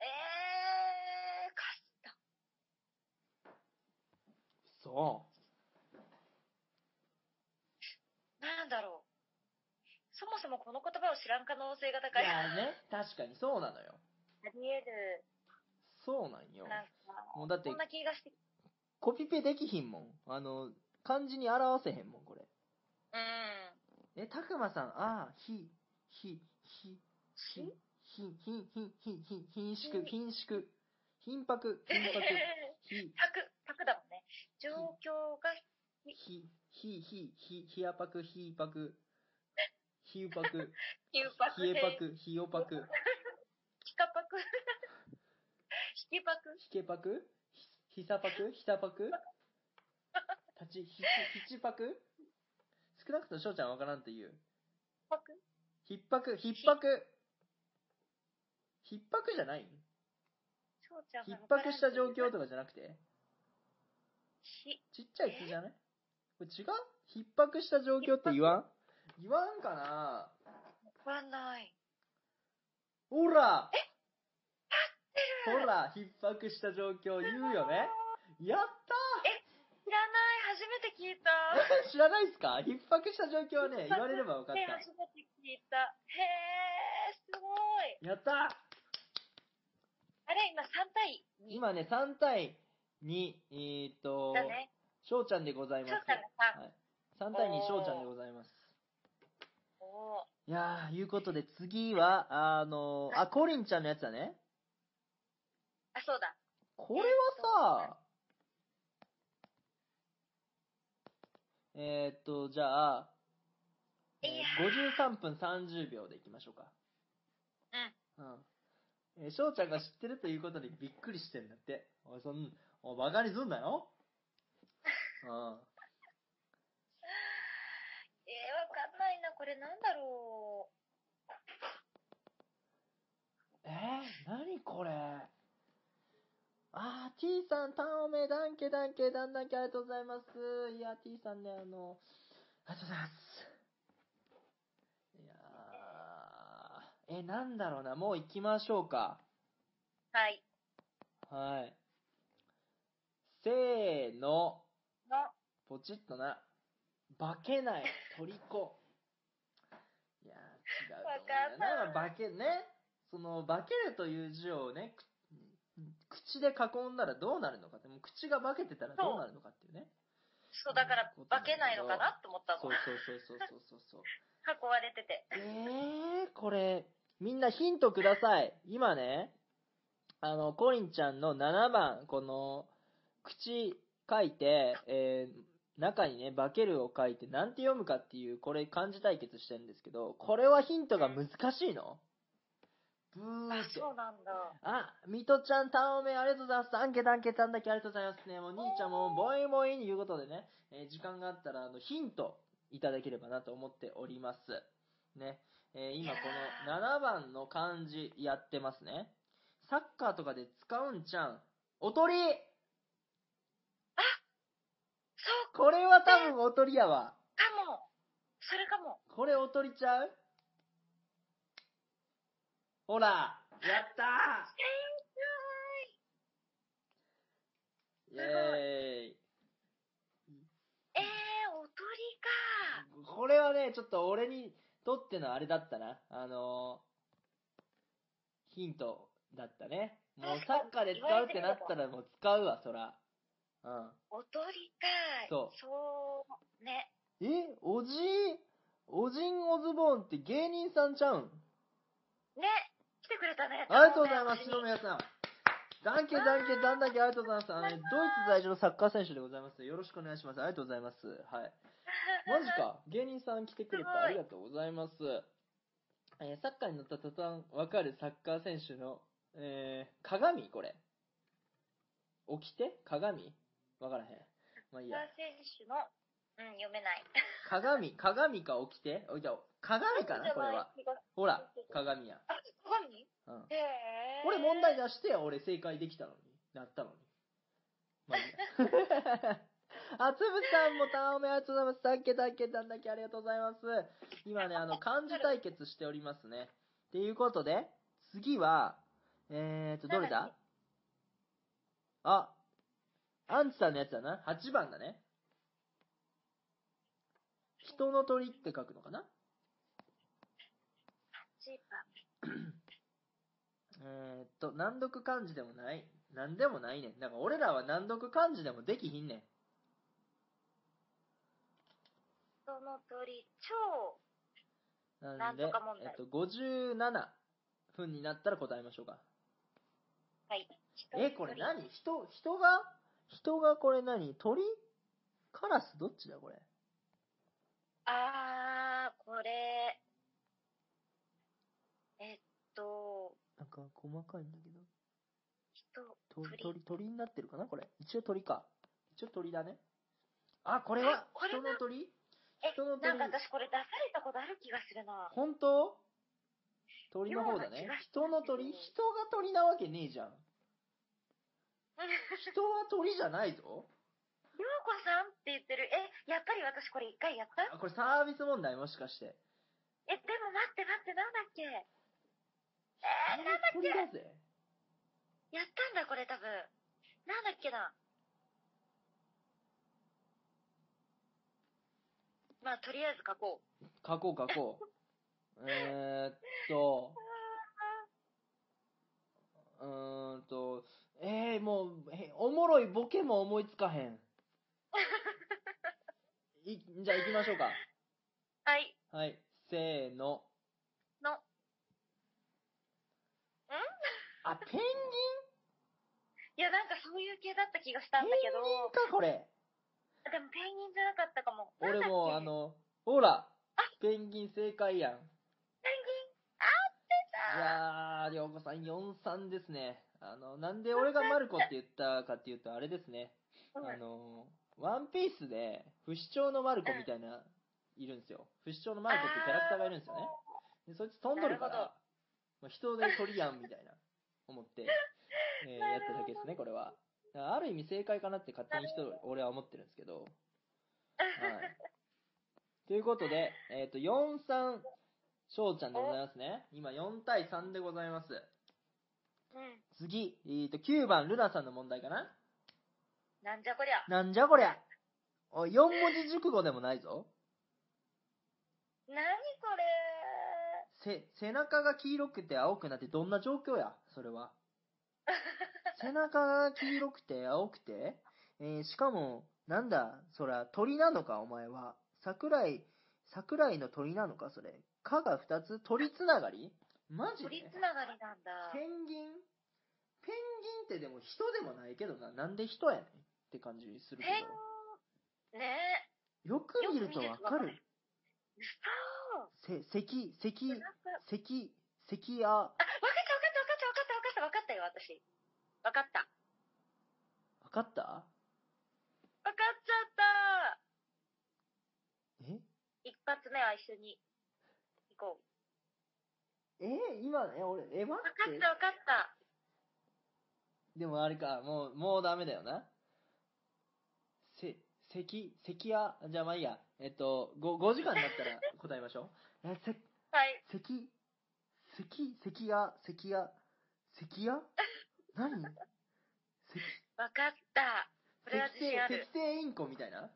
Speaker 2: えー、かすった。
Speaker 1: そう
Speaker 2: なんだろう。そもそもこの言葉を知らん可能性が高
Speaker 1: い
Speaker 2: い。
Speaker 1: やね、確かにそうなのよ。
Speaker 2: ありえる。
Speaker 1: そうなんよ。
Speaker 2: なんか、
Speaker 1: もうだって
Speaker 2: そん、な気がして。
Speaker 1: コピペできひんもん。あの、漢字に表せへんもん、これ。
Speaker 2: うん。
Speaker 1: え、たくまさん、ああ、ひ、ひ、ひ、ひ
Speaker 2: ひ、
Speaker 1: ひ、ひ、ひ、ひ、ひ、ひんしく、ひんしく、貧迫、貧迫、ひ、
Speaker 2: パ ク、パクだもんね。状況が、
Speaker 1: ひ、ひ、ひ、ひ、ひやぱく、ひいぱく、ひうぱく、
Speaker 2: ヒュパク、
Speaker 1: ひえぱく、ひよぱく、
Speaker 2: ヒカパク、 ヒキパク、
Speaker 1: ひけぱく、ひひさぱく、ひたぱ く、たち、ひち、ひちぱく少なくともしょうちゃんわからんという。
Speaker 2: パク。
Speaker 1: 逼迫、逼迫。逼迫じゃない
Speaker 2: 翔ちゃん
Speaker 1: 逼
Speaker 2: が分からん
Speaker 1: 迫した状況とかじゃなくて
Speaker 2: ひ、
Speaker 1: ちっちゃい「き」じゃないこれ違う逼迫した状況って言わん言わんかな
Speaker 2: わかんない。
Speaker 1: ほらほら、逼迫した状況言うよねやっ
Speaker 2: 知らない、初めて聞いた。
Speaker 1: た知らないっすか逼迫した状況 はね、言われれば分かっ
Speaker 2: ね
Speaker 1: た。
Speaker 2: 初めて聞いた。へえ、すごい。
Speaker 1: やった
Speaker 2: あれ、今3対2
Speaker 1: 今ね、3対2、えーっと
Speaker 2: だ、ね。
Speaker 1: しょうちゃんでござい
Speaker 2: 翔
Speaker 1: ます。
Speaker 2: さんがさ、
Speaker 1: はい、3対2、しょうちゃんでございます。
Speaker 2: おー
Speaker 1: いやー、いうことで次は、あのー、あ、コリンちゃんのやつだね。
Speaker 2: あ、そうだ。
Speaker 1: これはさ、えーっと、じゃあ、えー
Speaker 2: いや
Speaker 1: 53分30秒でいきましょうか。うん。えー、翔ちゃんが知ってるということでびっくりしてんだって。おい、そん、おい、バカにすんなよ。う
Speaker 2: え
Speaker 1: ん。
Speaker 2: ー、わかんないな。これなんだろう。
Speaker 1: えー、何これあー、T さん、タンオメ、ダンケ、ダンケ、ダンダンケ、ありがとうございます。いや、T さんね、あの、ありがとうございます。いやーえ、なんだろうな、もう行きましょうか。
Speaker 2: はい。
Speaker 1: はい。せーの、
Speaker 2: の、
Speaker 1: ポチッとな、化けない、虜。いやー、違うと思うんだよな。
Speaker 2: わかんない
Speaker 1: 化け、ね。その、化けるという字をね、く口で囲んだらどうなるのかって、もう口が化けてたらどうなるのかっていうね。
Speaker 2: そう、だから、化けないのかなと思った
Speaker 1: そ
Speaker 2: の
Speaker 1: う。そうそうそうそうそうそう。
Speaker 2: 囲われてて。
Speaker 1: えー、これ、みんなヒントください。今ね、あの、コリンちゃんの7番、この、口書いて、えー中にね、化けるを書いて、なんて読むかっていう、これ漢字対決してるんですけど、これはヒントが難しいのブー
Speaker 2: あ
Speaker 1: って。
Speaker 2: そうなんだ。
Speaker 1: あ、ミトちゃん、タオメンありがとうございます。アンケタンケタンだけありがとうございますね。もう兄ちゃんも、ボイボイにいうことでね、えー時間があったら、あの、ヒントいただければなと思っております。ね。えー今この7番の漢字やってますね。サッカーとかで使うんじゃん。おとり
Speaker 2: そう
Speaker 1: これは多分おとりやわ。
Speaker 2: かも。それかも。
Speaker 1: これおとりちゃうほらやったーイ
Speaker 2: ごい
Speaker 1: ェーイ
Speaker 2: えー、おとりか。
Speaker 1: これはね、ちょっと俺にとってのあれだったな。あのーヒントだったね。もうサッカーで使うってなったらもう使うわ、そら。うん。
Speaker 2: おとりか。
Speaker 1: そう
Speaker 2: そうね。
Speaker 1: えおじいおじんおズボンって芸人さんちゃうん
Speaker 2: ね。来てくれたね。
Speaker 1: ありがとうございます、
Speaker 2: 私
Speaker 1: 篠
Speaker 2: に
Speaker 1: 宮さん。ダンケダンケダンダンケありがとうございます。あのね、ドイツ在住のサッカー選手でございます。よろしくお願いします。ありがとうございます。はい。マジか。芸人さん来てくれ
Speaker 2: すご
Speaker 1: た。
Speaker 2: い
Speaker 1: ありがとうございます。えーサッカーに乗った途端わかるサッカー選手の、えー鏡これ。起きて鏡わからへん。まあいいや
Speaker 2: サ。ッカー選手の、うん、読めない。
Speaker 1: 鏡、鏡か起きておいや鏡 かなこれは。。ほら、鏡や。
Speaker 2: あ、鏡
Speaker 1: うん。
Speaker 2: へえ。
Speaker 1: 俺問題出してよ俺正解できたのになったのにまあいいやあつぶさんもたおめありがとうございますたっけたっけたんだけありがとうございます今ねあの漢字対決しておりますねっていうことで次はえーとどれだあアンチさんのやつだな8番だね人の鳥って書くのかな
Speaker 2: ジーパン
Speaker 1: えーっと、難読漢字でもない。なんでもないねん。だから俺らは難読漢字でもできひんねん。
Speaker 2: その鳥、超、
Speaker 1: なんで、
Speaker 2: なんとか問題
Speaker 1: えっと、57分になったら答えましょうか。
Speaker 2: はい。
Speaker 1: え、これ何人、人が、人がこれ何鳥カラスどっちだこれ。
Speaker 2: あー、これ、えっと、
Speaker 1: なんか細かいんだけど。
Speaker 2: 人、
Speaker 1: と
Speaker 2: 鳥
Speaker 1: 鳥、鳥になってるかなこれ。一応鳥か。一応鳥だね。あ、これは
Speaker 2: あこれ
Speaker 1: 人
Speaker 2: は
Speaker 1: の鳥
Speaker 2: え
Speaker 1: 人の、鳥
Speaker 2: なんか私これ出されたことある気がするな。
Speaker 1: 本当鳥の方だ
Speaker 2: よう
Speaker 1: ね
Speaker 2: な気が。
Speaker 1: 人の鳥人が鳥なわけねえ じゃん。人は鳥じゃないぞ。
Speaker 2: ようこさんって言ってる。え、やっぱり私これ一回やった
Speaker 1: あこれサービス問題もしかして。
Speaker 2: え、でも待って待って、なんだっけ
Speaker 1: あ
Speaker 2: えー、
Speaker 1: れ
Speaker 2: なんだっ
Speaker 1: 鳥
Speaker 2: け
Speaker 1: だぜ。
Speaker 2: やったんだ、これ多分。なんだっけな。まあ、とりあえず書こう。
Speaker 1: 書こう書 こう。えーっと、うーんと、えー、もう、えおもろいボケも思いつか へん。いじゃあ行きましょうか。
Speaker 2: はい。
Speaker 1: はい。せーの。
Speaker 2: の。
Speaker 1: あ、ペンギン
Speaker 2: いや、なんかそういう系だった気がしたんだけど、
Speaker 1: か、これ。
Speaker 2: でもペンギンじゃなかったかも。
Speaker 1: 俺も、あ
Speaker 2: なんだっけ、
Speaker 1: の、ほら、ペンギン正解やん。
Speaker 2: ペンギン
Speaker 1: いやー、りょうこさん43ですね。あの、なんで俺がマルコって言ったかっていうと、あれですね。
Speaker 2: うん
Speaker 1: あの、ワンピースで、不死鳥のマルコみたいな、いるんですよ。不死鳥のマルコっていうキャラクターがいるんですよね。でそいつ飛んどるか
Speaker 2: なるほ
Speaker 1: ら、まあ、人で鳥やんみたいな、思って、 えー
Speaker 2: な
Speaker 1: やっ
Speaker 2: るほど
Speaker 1: ただけですね、これは。だからある意味正解かなって勝手に人、俺は思ってるんですけ ど。はい。ということで、えっ、と、43、翔ちゃんでございますね。今4対3でございます。
Speaker 2: うん。
Speaker 1: 次、えー、と、9番、ルナさんの問題かな
Speaker 2: なんじゃこりゃ。
Speaker 1: なんじゃこりゃおい、4文字熟語でもないぞ。
Speaker 2: なにこれ
Speaker 1: せ、背中が黄色くて青くなってどんな状況やそ れは。背中が黄色くて青くて、えーしかも、なんだ、そら、鳥なのか、お前は。桜井、桜井の鳥なのか、それ。かが二つ鳥つながりマジで
Speaker 2: 鳥つながりなんだ。
Speaker 1: ペンギンペンギンってでも人でもないけどな。なんで人やねんって感じするけ
Speaker 2: ペンギン、ね
Speaker 1: ど。よく見るとわかる。
Speaker 2: え。うそ
Speaker 1: せ、関、関、
Speaker 2: なんか
Speaker 1: 関、関あ、
Speaker 2: あ、わかったわかったわかったわかったわかったわかったよ、私。わかった。
Speaker 1: わかった
Speaker 2: わかっちゃった
Speaker 1: え
Speaker 2: 一発目は一緒に行こう。
Speaker 1: え今ね、俺、え、待
Speaker 2: わか
Speaker 1: っ
Speaker 2: ってた。わかった。
Speaker 1: でもあれか、もう、もうダメだよな。せ、関、関屋、じゃあまあいいや。えっと、ご5時間になったら答えましょ う。え、せ、
Speaker 2: はい。
Speaker 1: 関、関、関屋、関屋、関屋何関、
Speaker 2: わかった。これは
Speaker 1: 関
Speaker 2: 自信あ
Speaker 1: 定、
Speaker 2: る
Speaker 1: 関。定インコみたいな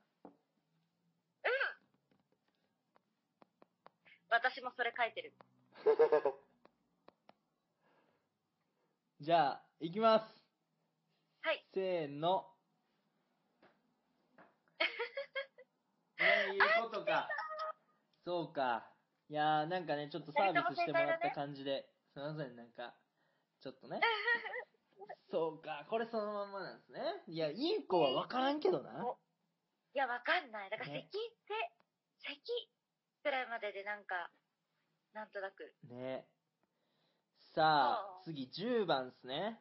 Speaker 2: 私もそれ書いてる。
Speaker 1: じゃあ、いきます。
Speaker 2: はい。
Speaker 1: せ ーの。そういうことか。そうか。いやー、なんかね、ちょっとサービスしてもらった感じで、すいません、なんか、ちょっ とね。そうか、これそのまんまなんですね。いや、インコは分からんけどな。
Speaker 2: おいや、わかんない。だから、
Speaker 1: ね
Speaker 2: 咳、せ、咳くらいまででなんか、なんとなく。
Speaker 1: ね。さあ
Speaker 2: あ、ー
Speaker 1: 次10番ですね。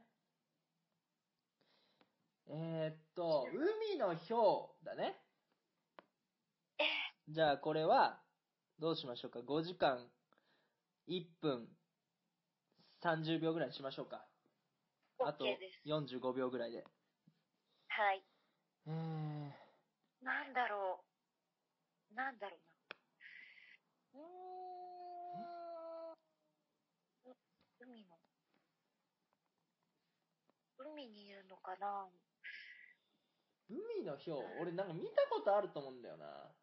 Speaker 1: えー、っと、海のひょうだね。じゃあこれは、どうしましょうか。5時間、1分、30秒ぐらいにしましょうか。あと
Speaker 2: OK です。
Speaker 1: 45秒ぐらいで。
Speaker 2: はい。
Speaker 1: えー、
Speaker 2: なんだろう。なんだろうな。うーん。う海の。海にいるのかな
Speaker 1: 海のひょう、俺なんか見たことあると思うんだよな。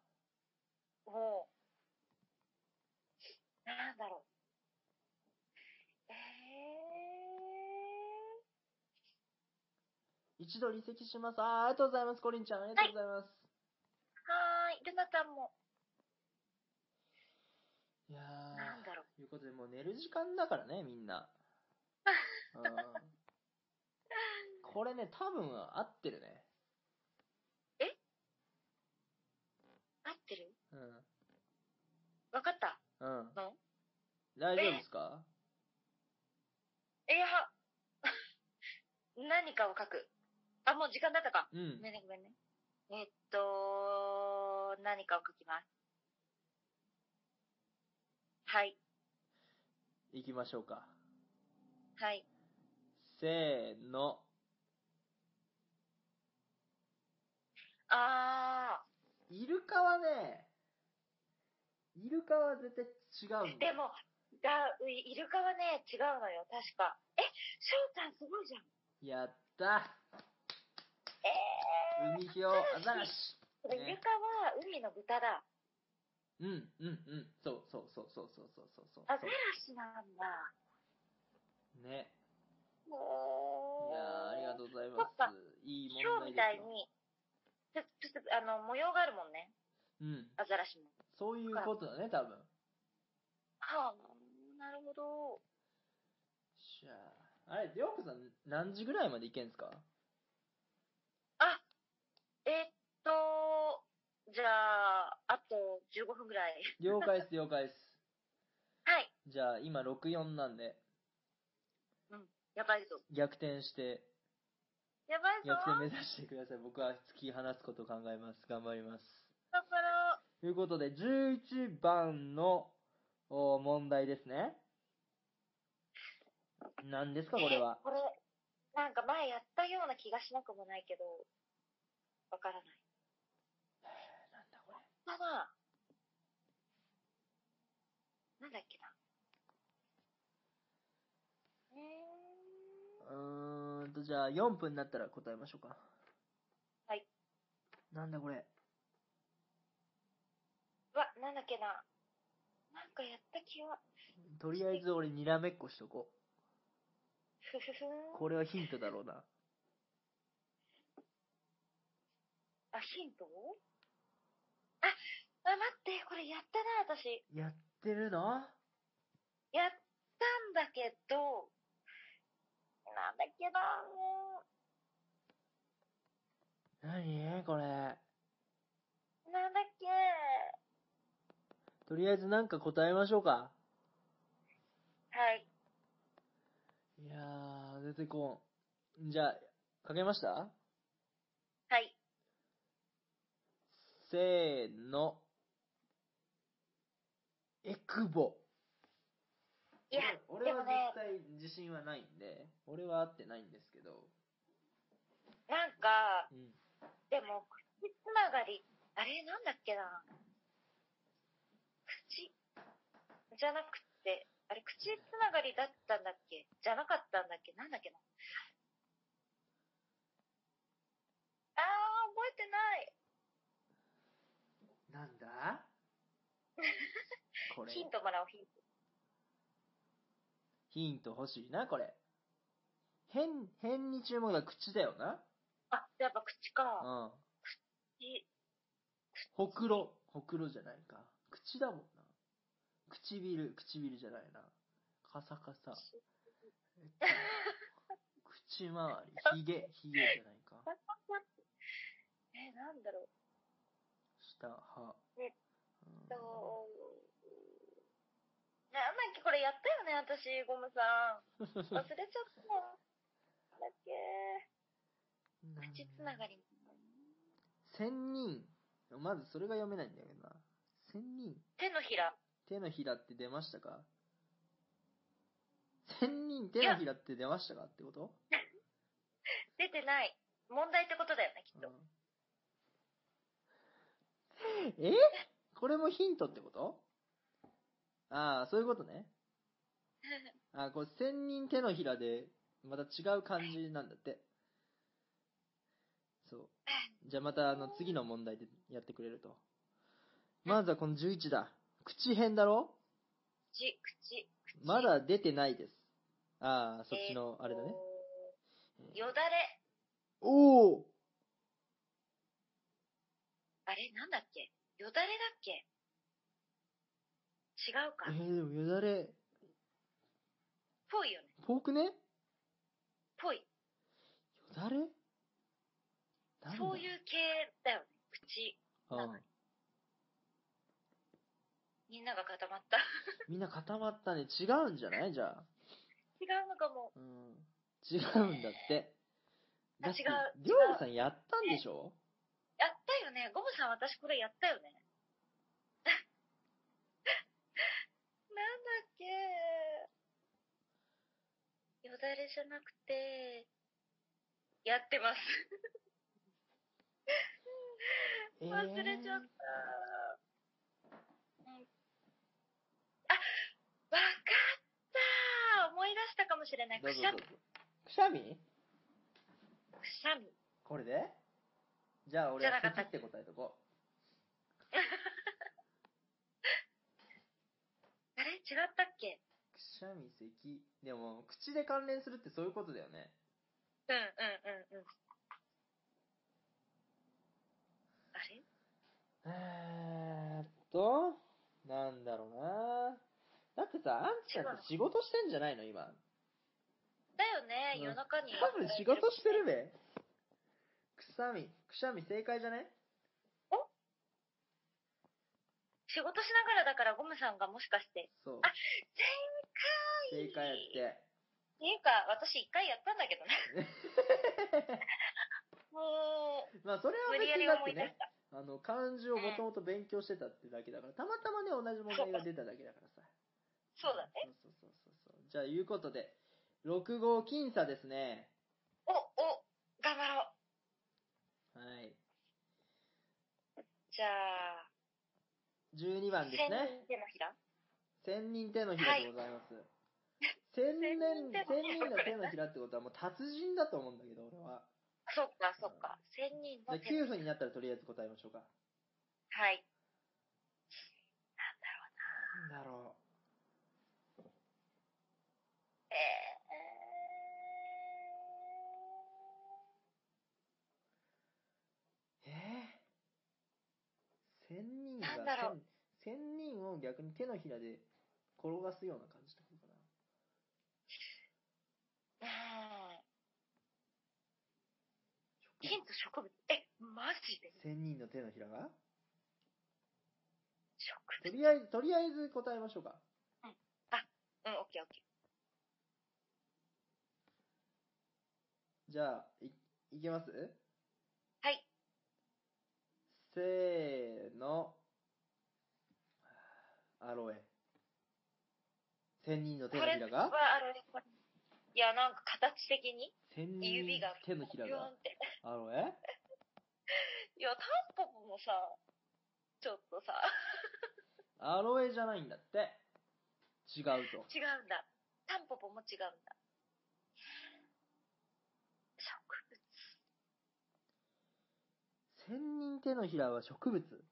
Speaker 2: もう、なんだろう。え
Speaker 1: 一度離席します。あーありがとうございます、コリンちゃん。ありがとうございます。
Speaker 2: ー。はーい。ルナちゃんも、
Speaker 1: い、やー
Speaker 2: なんだろう。
Speaker 1: ということで、もう寝る時間だからね、み んな。うんこれね、多分合ってるね。
Speaker 2: 合ってる
Speaker 1: うん。
Speaker 2: わかった。
Speaker 1: うん。
Speaker 2: の
Speaker 1: 大丈夫ですか
Speaker 2: いや、 何かを書く。あ、もう時間だったか。
Speaker 1: う
Speaker 2: ご
Speaker 1: ん。
Speaker 2: めんね、ごめんね。えっと、何かを書きます。はい、
Speaker 1: 行きましょうか。
Speaker 2: はい。
Speaker 1: せーの。
Speaker 2: あ
Speaker 1: イルカはね、イルカは絶対違う
Speaker 2: ー、
Speaker 1: んだ
Speaker 2: で
Speaker 1: よ。
Speaker 2: も、だイルカはね、違うのよ、確か。え、翔ちゃんすごいじゃん。
Speaker 1: やった
Speaker 2: えー、
Speaker 1: 海ひょう、アザラシ
Speaker 2: これイルカは海の豚だ。
Speaker 1: うん、うん、うん。そうそうそうそうそうそうそうそう。
Speaker 2: アザラシなんだ。
Speaker 1: ね。い
Speaker 2: お
Speaker 1: やーありが
Speaker 2: う。
Speaker 1: とうございま
Speaker 2: そっか
Speaker 1: す。いい
Speaker 2: シ
Speaker 1: 問
Speaker 2: ョーみ
Speaker 1: 題で
Speaker 2: たい
Speaker 1: すよ。
Speaker 2: に、ちょちょっと、あの、模様があるもんね、
Speaker 1: うん。
Speaker 2: アザラシも。
Speaker 1: そういうことだね、多分。
Speaker 2: はあ、なるほど。
Speaker 1: じゃあ、あれ、りょうこさん、何時ぐらいまで行けんすか
Speaker 2: えっと、じゃあ、あと15分ぐらい。
Speaker 1: 了解っす、了 解っす。
Speaker 2: はい。
Speaker 1: じゃあ、今、64なんで、
Speaker 2: やばいぞ。
Speaker 1: 逆転して、
Speaker 2: やばいぞ。
Speaker 1: 逆転目指してください。僕は突き放すことを考えます。頑張ります。
Speaker 2: だから、
Speaker 1: ということで、11番のお問題ですね。何ですか、これは
Speaker 2: え。これ、なんか前やったような気がしなくもないけど、わからない。
Speaker 1: なんだこ
Speaker 2: ただ、なんだっけな。えー、
Speaker 1: れ。うーんと、じゃあ、4分になったら答えましょうか。
Speaker 2: はい。
Speaker 1: なんだこれ。
Speaker 2: うわ、なんだっけな。なんかやった気は、
Speaker 1: とりあえず俺、にらめっこしとこ
Speaker 2: ふふふーん。
Speaker 1: う。これはヒントだろうな。
Speaker 2: あ、ヒントあ、あ、待って、これやったな、私。
Speaker 1: やってるの
Speaker 2: やったんだけど、なんだっけな、も
Speaker 1: 何これ。
Speaker 2: う、なんだっけ。
Speaker 1: とりあえずなんか答えましょうか。
Speaker 2: はい。
Speaker 1: いやー、出てこん。じゃあ、かけました
Speaker 2: はい。
Speaker 1: せーの。エクボ。
Speaker 2: いや、
Speaker 1: 俺俺
Speaker 2: で
Speaker 1: は
Speaker 2: も
Speaker 1: 絶
Speaker 2: ね、
Speaker 1: 対自信はないんで、俺は合ってないんですけど。
Speaker 2: なんか、
Speaker 1: うん。
Speaker 2: でも、口つながり、あれ、なんだっけな。口、じゃなくて、あれ、口つながりだったんだっけじゃなかったんだっけなんだっけな。あー、覚えてない。
Speaker 1: な んだこれ。
Speaker 2: ヒントもらおう、ヒント。
Speaker 1: ヒント欲しいな、これ。変、変に注目だ、口だよな。
Speaker 2: あ、やっぱ口か。
Speaker 1: うん。
Speaker 2: い
Speaker 1: ほくろ。ほくろじゃないか。口だもんな。唇、唇じゃないな。カサカサ。えっと口 周り。ひげ、ひげじゃないか。
Speaker 2: え、なんだろう。
Speaker 1: 下、歯。
Speaker 2: えっ
Speaker 1: うん
Speaker 2: と、なんだっけ、これやったよね、私、ゴムさん。 忘れちゃった。なんだっけ。口つながり。
Speaker 1: 千人。まずそれが読めないんだけどな。千人。
Speaker 2: 手のひら。
Speaker 1: 手のひらって出ましたか千人手のひらって出ましたかってこと
Speaker 2: 出てない。問題ってことだよね、きっと。
Speaker 1: うんえこれもヒントってことああ、そういうこ とね。あーこれ千人手のひらで、また違う感じなんだって。そう。じゃあまたあの次の問題でやってくれると。まずはこの11だ。口編だろ
Speaker 2: 口、口。
Speaker 1: まだ出てないです。ああ、そっちの
Speaker 2: えーと
Speaker 1: あれだね。
Speaker 2: よだれ。
Speaker 1: おお
Speaker 2: あれ、なんだっけよだれだっけ違うか
Speaker 1: え。ー、でもよだれ、
Speaker 2: ぽいよね。
Speaker 1: フォークねよ
Speaker 2: ぽい。
Speaker 1: だれなんだ
Speaker 2: そういう系だよね。口。
Speaker 1: うん。
Speaker 2: みんなが固まった。
Speaker 1: みんな固まったね。違うんじゃないじゃあ。
Speaker 2: 違うのかも。
Speaker 1: うん。違うんだって。
Speaker 2: あ
Speaker 1: だって
Speaker 2: 違う
Speaker 1: りょうりさんやったんでしょ
Speaker 2: やったよね。ゴムさん、私これやったよね。 なんだっけよだれじゃなくて、やってます。
Speaker 1: えー
Speaker 2: 忘れちゃった。うんあ、わかった思い出したかもしれない。
Speaker 1: ど
Speaker 2: く
Speaker 1: うぞ
Speaker 2: しゃ
Speaker 1: どう
Speaker 2: み
Speaker 1: ぞ。。くしゃみ
Speaker 2: くしゃみ。
Speaker 1: これでじゃあ俺
Speaker 2: じゃな
Speaker 1: は
Speaker 2: かった
Speaker 1: 口って答えとこ
Speaker 2: あれ違ったっけ
Speaker 1: う。くしゃみ、咳。でも、口で関連するってそういうことだよね。
Speaker 2: うんうんうんうん。あれ
Speaker 1: えーっと、なんだろうなだってさ、あんちゃんって仕事してんじゃないの今。
Speaker 2: だよね、
Speaker 1: うん
Speaker 2: 夜中に。
Speaker 1: 多分仕事してるべ。くしゃみ、くしゃみ正解じゃね
Speaker 2: 仕事しながらだからゴムさんがもしかして。
Speaker 1: そう。
Speaker 2: 正
Speaker 1: 正
Speaker 2: 解
Speaker 1: 解やっ
Speaker 2: っ
Speaker 1: て。
Speaker 2: ていうか、私一回やったんだけどね。 もう、
Speaker 1: まあそれは
Speaker 2: 無理
Speaker 1: 別
Speaker 2: やり
Speaker 1: にだ
Speaker 2: 思
Speaker 1: って
Speaker 2: い出し
Speaker 1: ね、
Speaker 2: た。
Speaker 1: あの、漢字をもともと勉強してたってだけだから、たまたまね、同じ問題が出ただけだからさ。
Speaker 2: そうだね。。
Speaker 1: そうそうそうそう。じゃあ、いうことで、6号僅差ですね。
Speaker 2: お、お、頑張ろう。
Speaker 1: はい。
Speaker 2: じゃあ、
Speaker 1: 12番ですね。
Speaker 2: 人手のひら
Speaker 1: 千人手のひらでございます。千年、千人の手のひらってことはもう達人だと思うんだけど、俺は。
Speaker 2: そっかそっか。千人の
Speaker 1: で、
Speaker 2: 手の
Speaker 1: 9分になったらとりあえず答えましょうか。
Speaker 2: はい。
Speaker 1: なんだろ
Speaker 2: えー
Speaker 1: う。えー
Speaker 2: だろう
Speaker 1: 千千人を逆に手のひらで転がすような感じってことかな。
Speaker 2: あー
Speaker 1: 植
Speaker 2: 金と植物。え、マジで
Speaker 1: 物千人の手のひらが
Speaker 2: 植
Speaker 1: と
Speaker 2: 物
Speaker 1: りあえず、とりあえず答えましょうか。
Speaker 2: うん、オッケーオッケー。
Speaker 1: じゃあ、い、いけます
Speaker 2: はい。
Speaker 1: せーの。アロエ。千人の手のひらが
Speaker 2: これはあれこれいや、なんか形的に
Speaker 1: 千人
Speaker 2: 指が
Speaker 1: 手のひら
Speaker 2: ビヨーン
Speaker 1: が
Speaker 2: って。
Speaker 1: アロエ
Speaker 2: いや、タンポポもさ、ちょっとさ、
Speaker 1: アロエじゃないんだって。違うと。
Speaker 2: 違うんだ。タンポポも違うんだ。植物。
Speaker 1: 千人手のひらは植物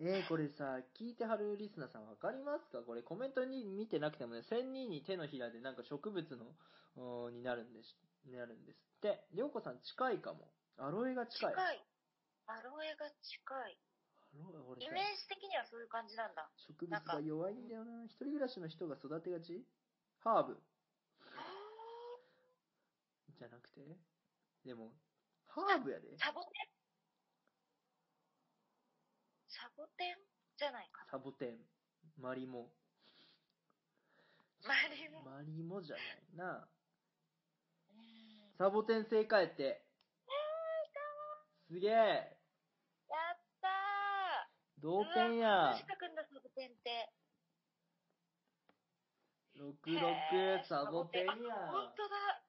Speaker 1: えー、これさ、聞いてはるリスナーさんわかりますかこれコメントに見てなくてもね、千人に手のひらでなんか植物の、おーになるんです、なるんですって。りょうこさん近いかも。アロエが近い。
Speaker 2: 近
Speaker 1: ア
Speaker 2: い。アロエが近い。
Speaker 1: ロエ、俺
Speaker 2: イ
Speaker 1: さ
Speaker 2: メ、ージ的にはそういう感じなんだ。
Speaker 1: 植物が弱いんだよな。一人暮らしの人が育てがちハーブじゃなくてでも、ハーブやで。
Speaker 2: サボテンサボテンじゃないか
Speaker 1: サボテン、マリモ。
Speaker 2: な。マリモ。
Speaker 1: マリモじゃないな。
Speaker 2: うん
Speaker 1: サボテン正解って。すげえ。
Speaker 2: やったー
Speaker 1: 同点や。
Speaker 2: 近くんだ、サボテンって。
Speaker 1: 六六
Speaker 2: へー
Speaker 1: サボテンや。
Speaker 2: あ本当だ。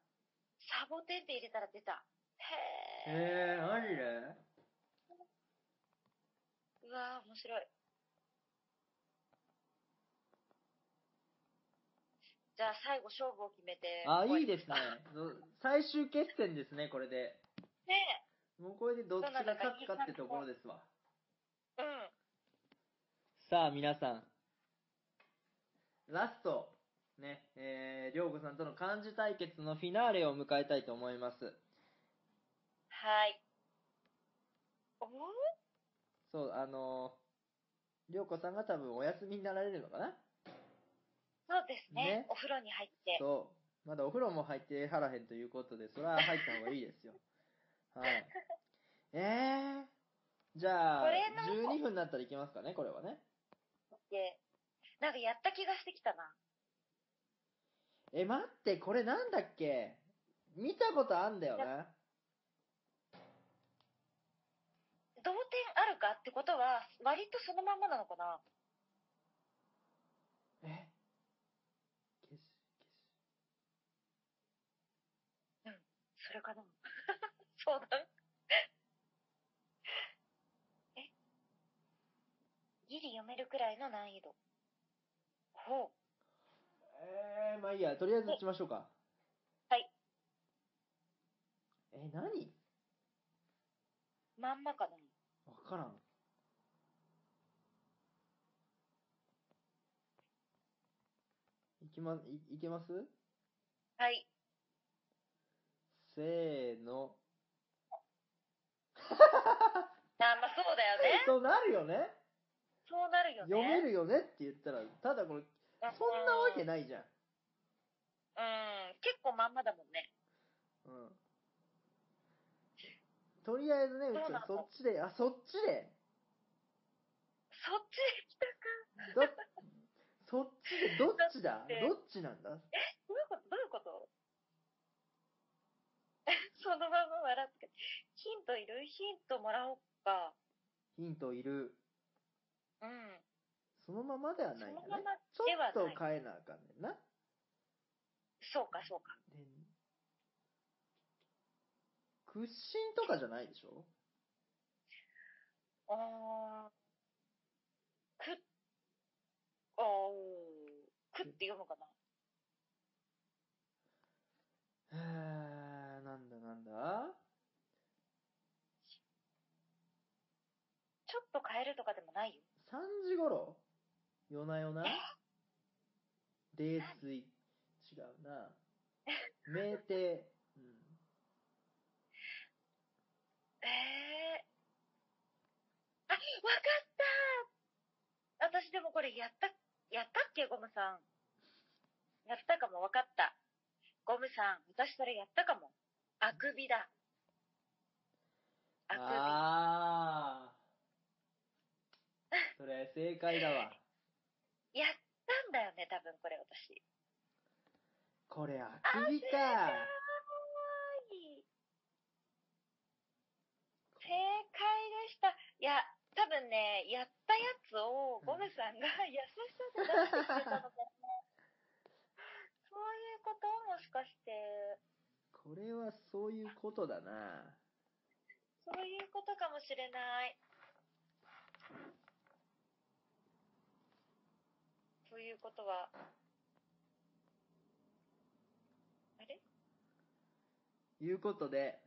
Speaker 2: サボテンって入れたら出た。へえ。
Speaker 1: えー、マジで
Speaker 2: うわー、面白い。じゃあ最後勝負を決めて。
Speaker 1: あ、
Speaker 2: 終わ
Speaker 1: いい
Speaker 2: り
Speaker 1: ですね。ど最終決戦ですね、これで。
Speaker 2: ね
Speaker 1: もうこれでどっちが勝つかってところですわ。
Speaker 2: えうん。
Speaker 1: さあ、皆さん。ラスト、ね、えー、りょうこさんとの漢字対決のフィナーレを迎えたいと思います。
Speaker 2: はい。おー
Speaker 1: そう、あのー、りょうこさんが多分お休みになられるのかな
Speaker 2: そうですね
Speaker 1: ね
Speaker 2: お風呂に入って。
Speaker 1: そう。まだお風呂も入ってはらへんということで、それは入った方がい いですよ。はい。えー。じゃあ
Speaker 2: これ、の
Speaker 1: 12分になったらいけますかね、これはね。
Speaker 2: で、なんかやった気がしてきたな。
Speaker 1: え、待って、これなんだっけ見たことあんだよな。
Speaker 2: 同点あるかってことは、割とそのまんまなのかな
Speaker 1: え消し、
Speaker 2: それかな そうだ。 えギリ読めるくらいの難易度。ほう。
Speaker 1: 消し。えー、まあいいや、とりあえず打ちましょうか。
Speaker 2: はい。
Speaker 1: え、何
Speaker 2: まんまかな
Speaker 1: わからん。いきま、い、いけます
Speaker 2: はい。
Speaker 1: せーの。
Speaker 2: あ、まあそうだよね。
Speaker 1: そうなるよね。
Speaker 2: そうなるよね。
Speaker 1: 読め
Speaker 2: る。
Speaker 1: るよねって言ったら、ただこれ、そんなわけないじゃん。
Speaker 2: うん。結構まんまだもんね。
Speaker 1: うん。とりあえずね、うち
Speaker 2: そうな
Speaker 1: は
Speaker 2: の
Speaker 1: そっちで、あ、そっちで。
Speaker 2: そっちで来たか。
Speaker 1: どそっちで、どっちだ
Speaker 2: だって
Speaker 1: どっちなんだ
Speaker 2: どういうことどういうこと そのまま笑って。ヒントいるヒントもらおうか。
Speaker 1: ヒントいる。
Speaker 2: うん。
Speaker 1: そのままではない
Speaker 2: そ
Speaker 1: よね
Speaker 2: のまま。
Speaker 1: ちょ
Speaker 2: ではない
Speaker 1: っと変えなあかんねんな。
Speaker 2: そうか、そうか。
Speaker 1: で屈伸とかじゃないでしょ
Speaker 2: あー。く、あー。くって読むかな。
Speaker 1: へー、なんだなんだ
Speaker 2: ちょっと変えるとかでもないよ。
Speaker 1: 3時頃夜な夜な泥酔。違うな。酩酊。うん。
Speaker 2: えー。あ、った私でもこれやった、やったっけ、ゴムさん。やったかも、わかった。ゴムさん、私それやったかも。あくびだ。あくび。
Speaker 1: ああ。それ、正解だわ。
Speaker 2: やったんだよね、多分これ私。
Speaker 1: これ、あくびか。
Speaker 2: ーい。正解でした。いや、多分ね、やったやつをゴムさんが優しさで出してくれたのかな。 そういうこともしかして、
Speaker 1: これはそういうことだな。
Speaker 2: そういうことかもしれない。ということは、あれ
Speaker 1: いうことで、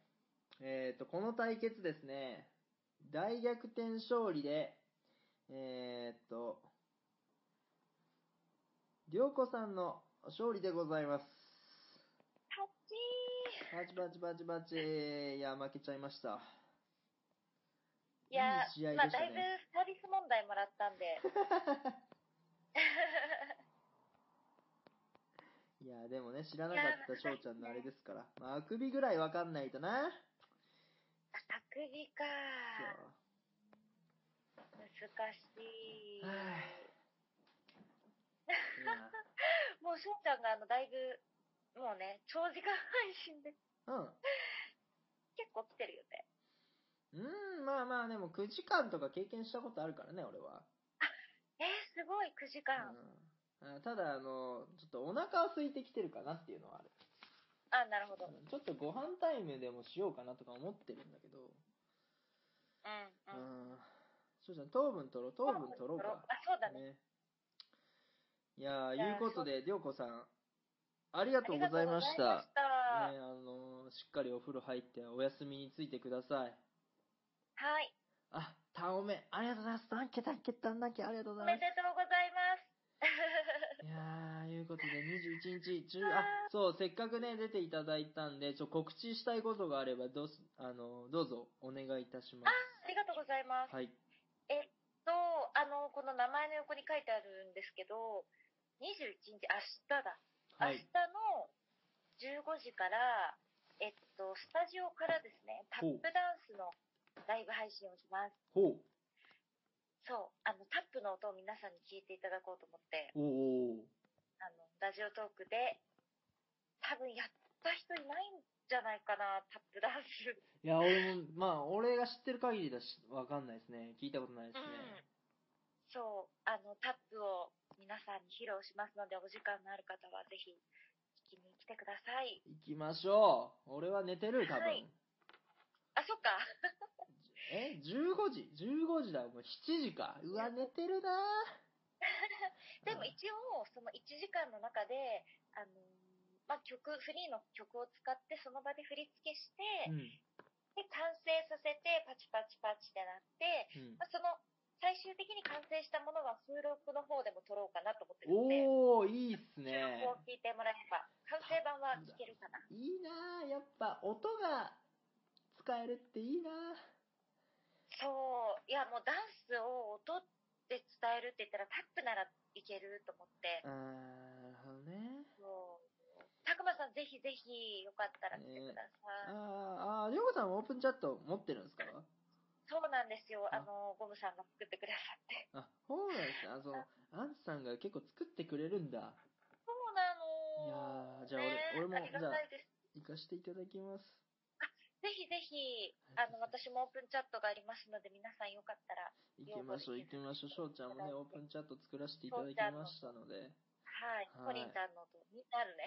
Speaker 1: えー、と、この対決ですね、大逆転勝利で、えー、と、りょうこさんの勝利でございます。
Speaker 2: タッチー
Speaker 1: バチバチバチバチ。いや、負けちゃいました。
Speaker 2: いや
Speaker 1: いい試合
Speaker 2: まあ
Speaker 1: でした
Speaker 2: だいぶ
Speaker 1: ね
Speaker 2: サービス問題もらったんで。
Speaker 1: いや、でもね、知らなかった翔ちゃんのあれですから。まあ、あくびぐらいわかんないとな。
Speaker 2: あくびか。
Speaker 1: そ
Speaker 2: 難しい。
Speaker 1: うはい
Speaker 2: もうしょうちゃんがあのだいぶ、もうね、長時間配信で
Speaker 1: いや
Speaker 2: 結構来てるよね。
Speaker 1: うん。うん、まあまあ、でも9時間とか経験したことあるからね、俺は。
Speaker 2: えー、すごい、9時間。
Speaker 1: うんあただ、あの、ちょっとお腹は空いてきてるかなっていうのはある。
Speaker 2: あ、なるほど。うん、うん、
Speaker 1: ちょっとご飯タイムでもしようかなとか思ってるんだけど、
Speaker 2: うん。
Speaker 1: うん。そうじゃん、糖分取ろう、糖分取ろうか。
Speaker 2: あ、そうだね。
Speaker 1: ね。いやー、
Speaker 2: じゃあ
Speaker 1: いうことで、りょうこさん、ありがとうございまし
Speaker 2: ありがとうございま
Speaker 1: た。
Speaker 2: した
Speaker 1: ね、あのーしっかりお風呂入ってお休みについてください。
Speaker 2: はい。
Speaker 1: あ、タオメ、ありがとうございます。ダンケ、ダンケ、ダンダンケ、ありがとうご
Speaker 2: お
Speaker 1: ざ
Speaker 2: め
Speaker 1: います
Speaker 2: で。とうございます。
Speaker 1: いやー、いうことで、21日、中、
Speaker 2: あー
Speaker 1: あ、そう、せっかくね、出ていただいたんで、ちょ、告知したいことがあれば、どうす、あの、どうぞ、お願いいたしま
Speaker 2: ありがとうございます
Speaker 1: す。。はい。
Speaker 2: えっと、あの、この名前の横に書いてあるんですけど、21日、明日だ。
Speaker 1: は
Speaker 2: 明日の
Speaker 1: い。
Speaker 2: 15時から、えっと、スタジオからですね、タッ
Speaker 1: ほう
Speaker 2: プダンスのライブ配信をします。
Speaker 1: ほう。
Speaker 2: そう、あの、タップの音を皆さんに聞いていただこうと思って、
Speaker 1: おーお
Speaker 2: あの、ラジオトークで、多分やった人いないんじゃないかな、タップダンス。
Speaker 1: ー。いや、俺も、まあ、俺が知ってる限りだし、わかんないですね。聞いたことないですね。
Speaker 2: そう、あの、タップを皆さんに披露しますので、お時間のある方はぜひ、聞きに来てください。
Speaker 1: 行きましょう。俺は寝てる、多分。
Speaker 2: はいあ、そっか。
Speaker 1: え ?15 時 ?15 時だ。もう7時か。うわ、寝てるなー
Speaker 2: でも一応、その1時間の中で、あのーまあ、曲、フリーの曲を使って、その場で振り付けして、
Speaker 1: うん。うん。
Speaker 2: で、完成させて、パチパチパチってなって、
Speaker 1: うん
Speaker 2: まあ、その、最終的に完成したものは収録の方でも撮ろうかなと思ってるので、
Speaker 1: おー、いいっす
Speaker 2: 収
Speaker 1: ね。
Speaker 2: 録を聞いてもらえば、完成版は聞けるかな。
Speaker 1: いいなぁ、やっぱ音が使えるっていいなぁ。
Speaker 2: そう、いや、もうダンスを音で伝えるって言ったら、タップならいけると思って、
Speaker 1: あー、なるほどね。
Speaker 2: そう。たくまさん、ぜひぜひ、よかったら来てください。
Speaker 1: あー、あーりょうこさんはオープンチャット持ってるんですか
Speaker 2: そうなんですよ。
Speaker 1: あ
Speaker 2: あの、ゴムさんが作ってくださって。
Speaker 1: あ、そうなんですね。あ、そう、アンチさんが結構作ってくれるんだ。
Speaker 2: そうない
Speaker 1: や
Speaker 2: の
Speaker 1: ーじゃあ俺俺も
Speaker 2: ありがたいです。
Speaker 1: 行かしていただきます。
Speaker 2: ぜひぜひ、あの、私もオープンチャットがありますので、皆さんよかったら、
Speaker 1: 行きましょう、行きましょう。翔ちゃんもね、オープンチャット作らせていただきましたので。
Speaker 2: はい、
Speaker 1: はい
Speaker 2: コリンちゃんの音になるね。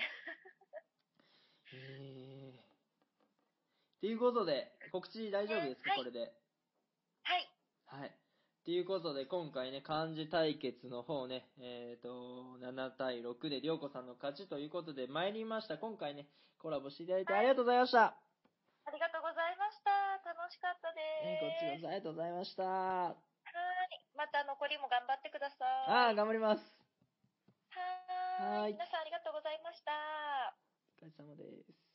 Speaker 1: へー。っていうことで、告知大丈夫ですか、
Speaker 2: はい
Speaker 1: これで。
Speaker 2: はい、
Speaker 1: はい。ということで、今回ね、漢字対決の方ね、えーと、7対6で、りょうこさんの勝ちということで、参りました。今回ね、コラボしていただいてありがとうございました。
Speaker 2: ありがとうございました。楽しかったで
Speaker 1: ねこっち
Speaker 2: す。
Speaker 1: こそありがとうございました。あ
Speaker 2: はい、また残りも頑張ってくださ
Speaker 1: ー、
Speaker 2: い。
Speaker 1: 頑張ります。
Speaker 2: は
Speaker 1: は
Speaker 2: ー
Speaker 1: ーい
Speaker 2: い、皆さんありがとうございました。
Speaker 1: お疲れ様です。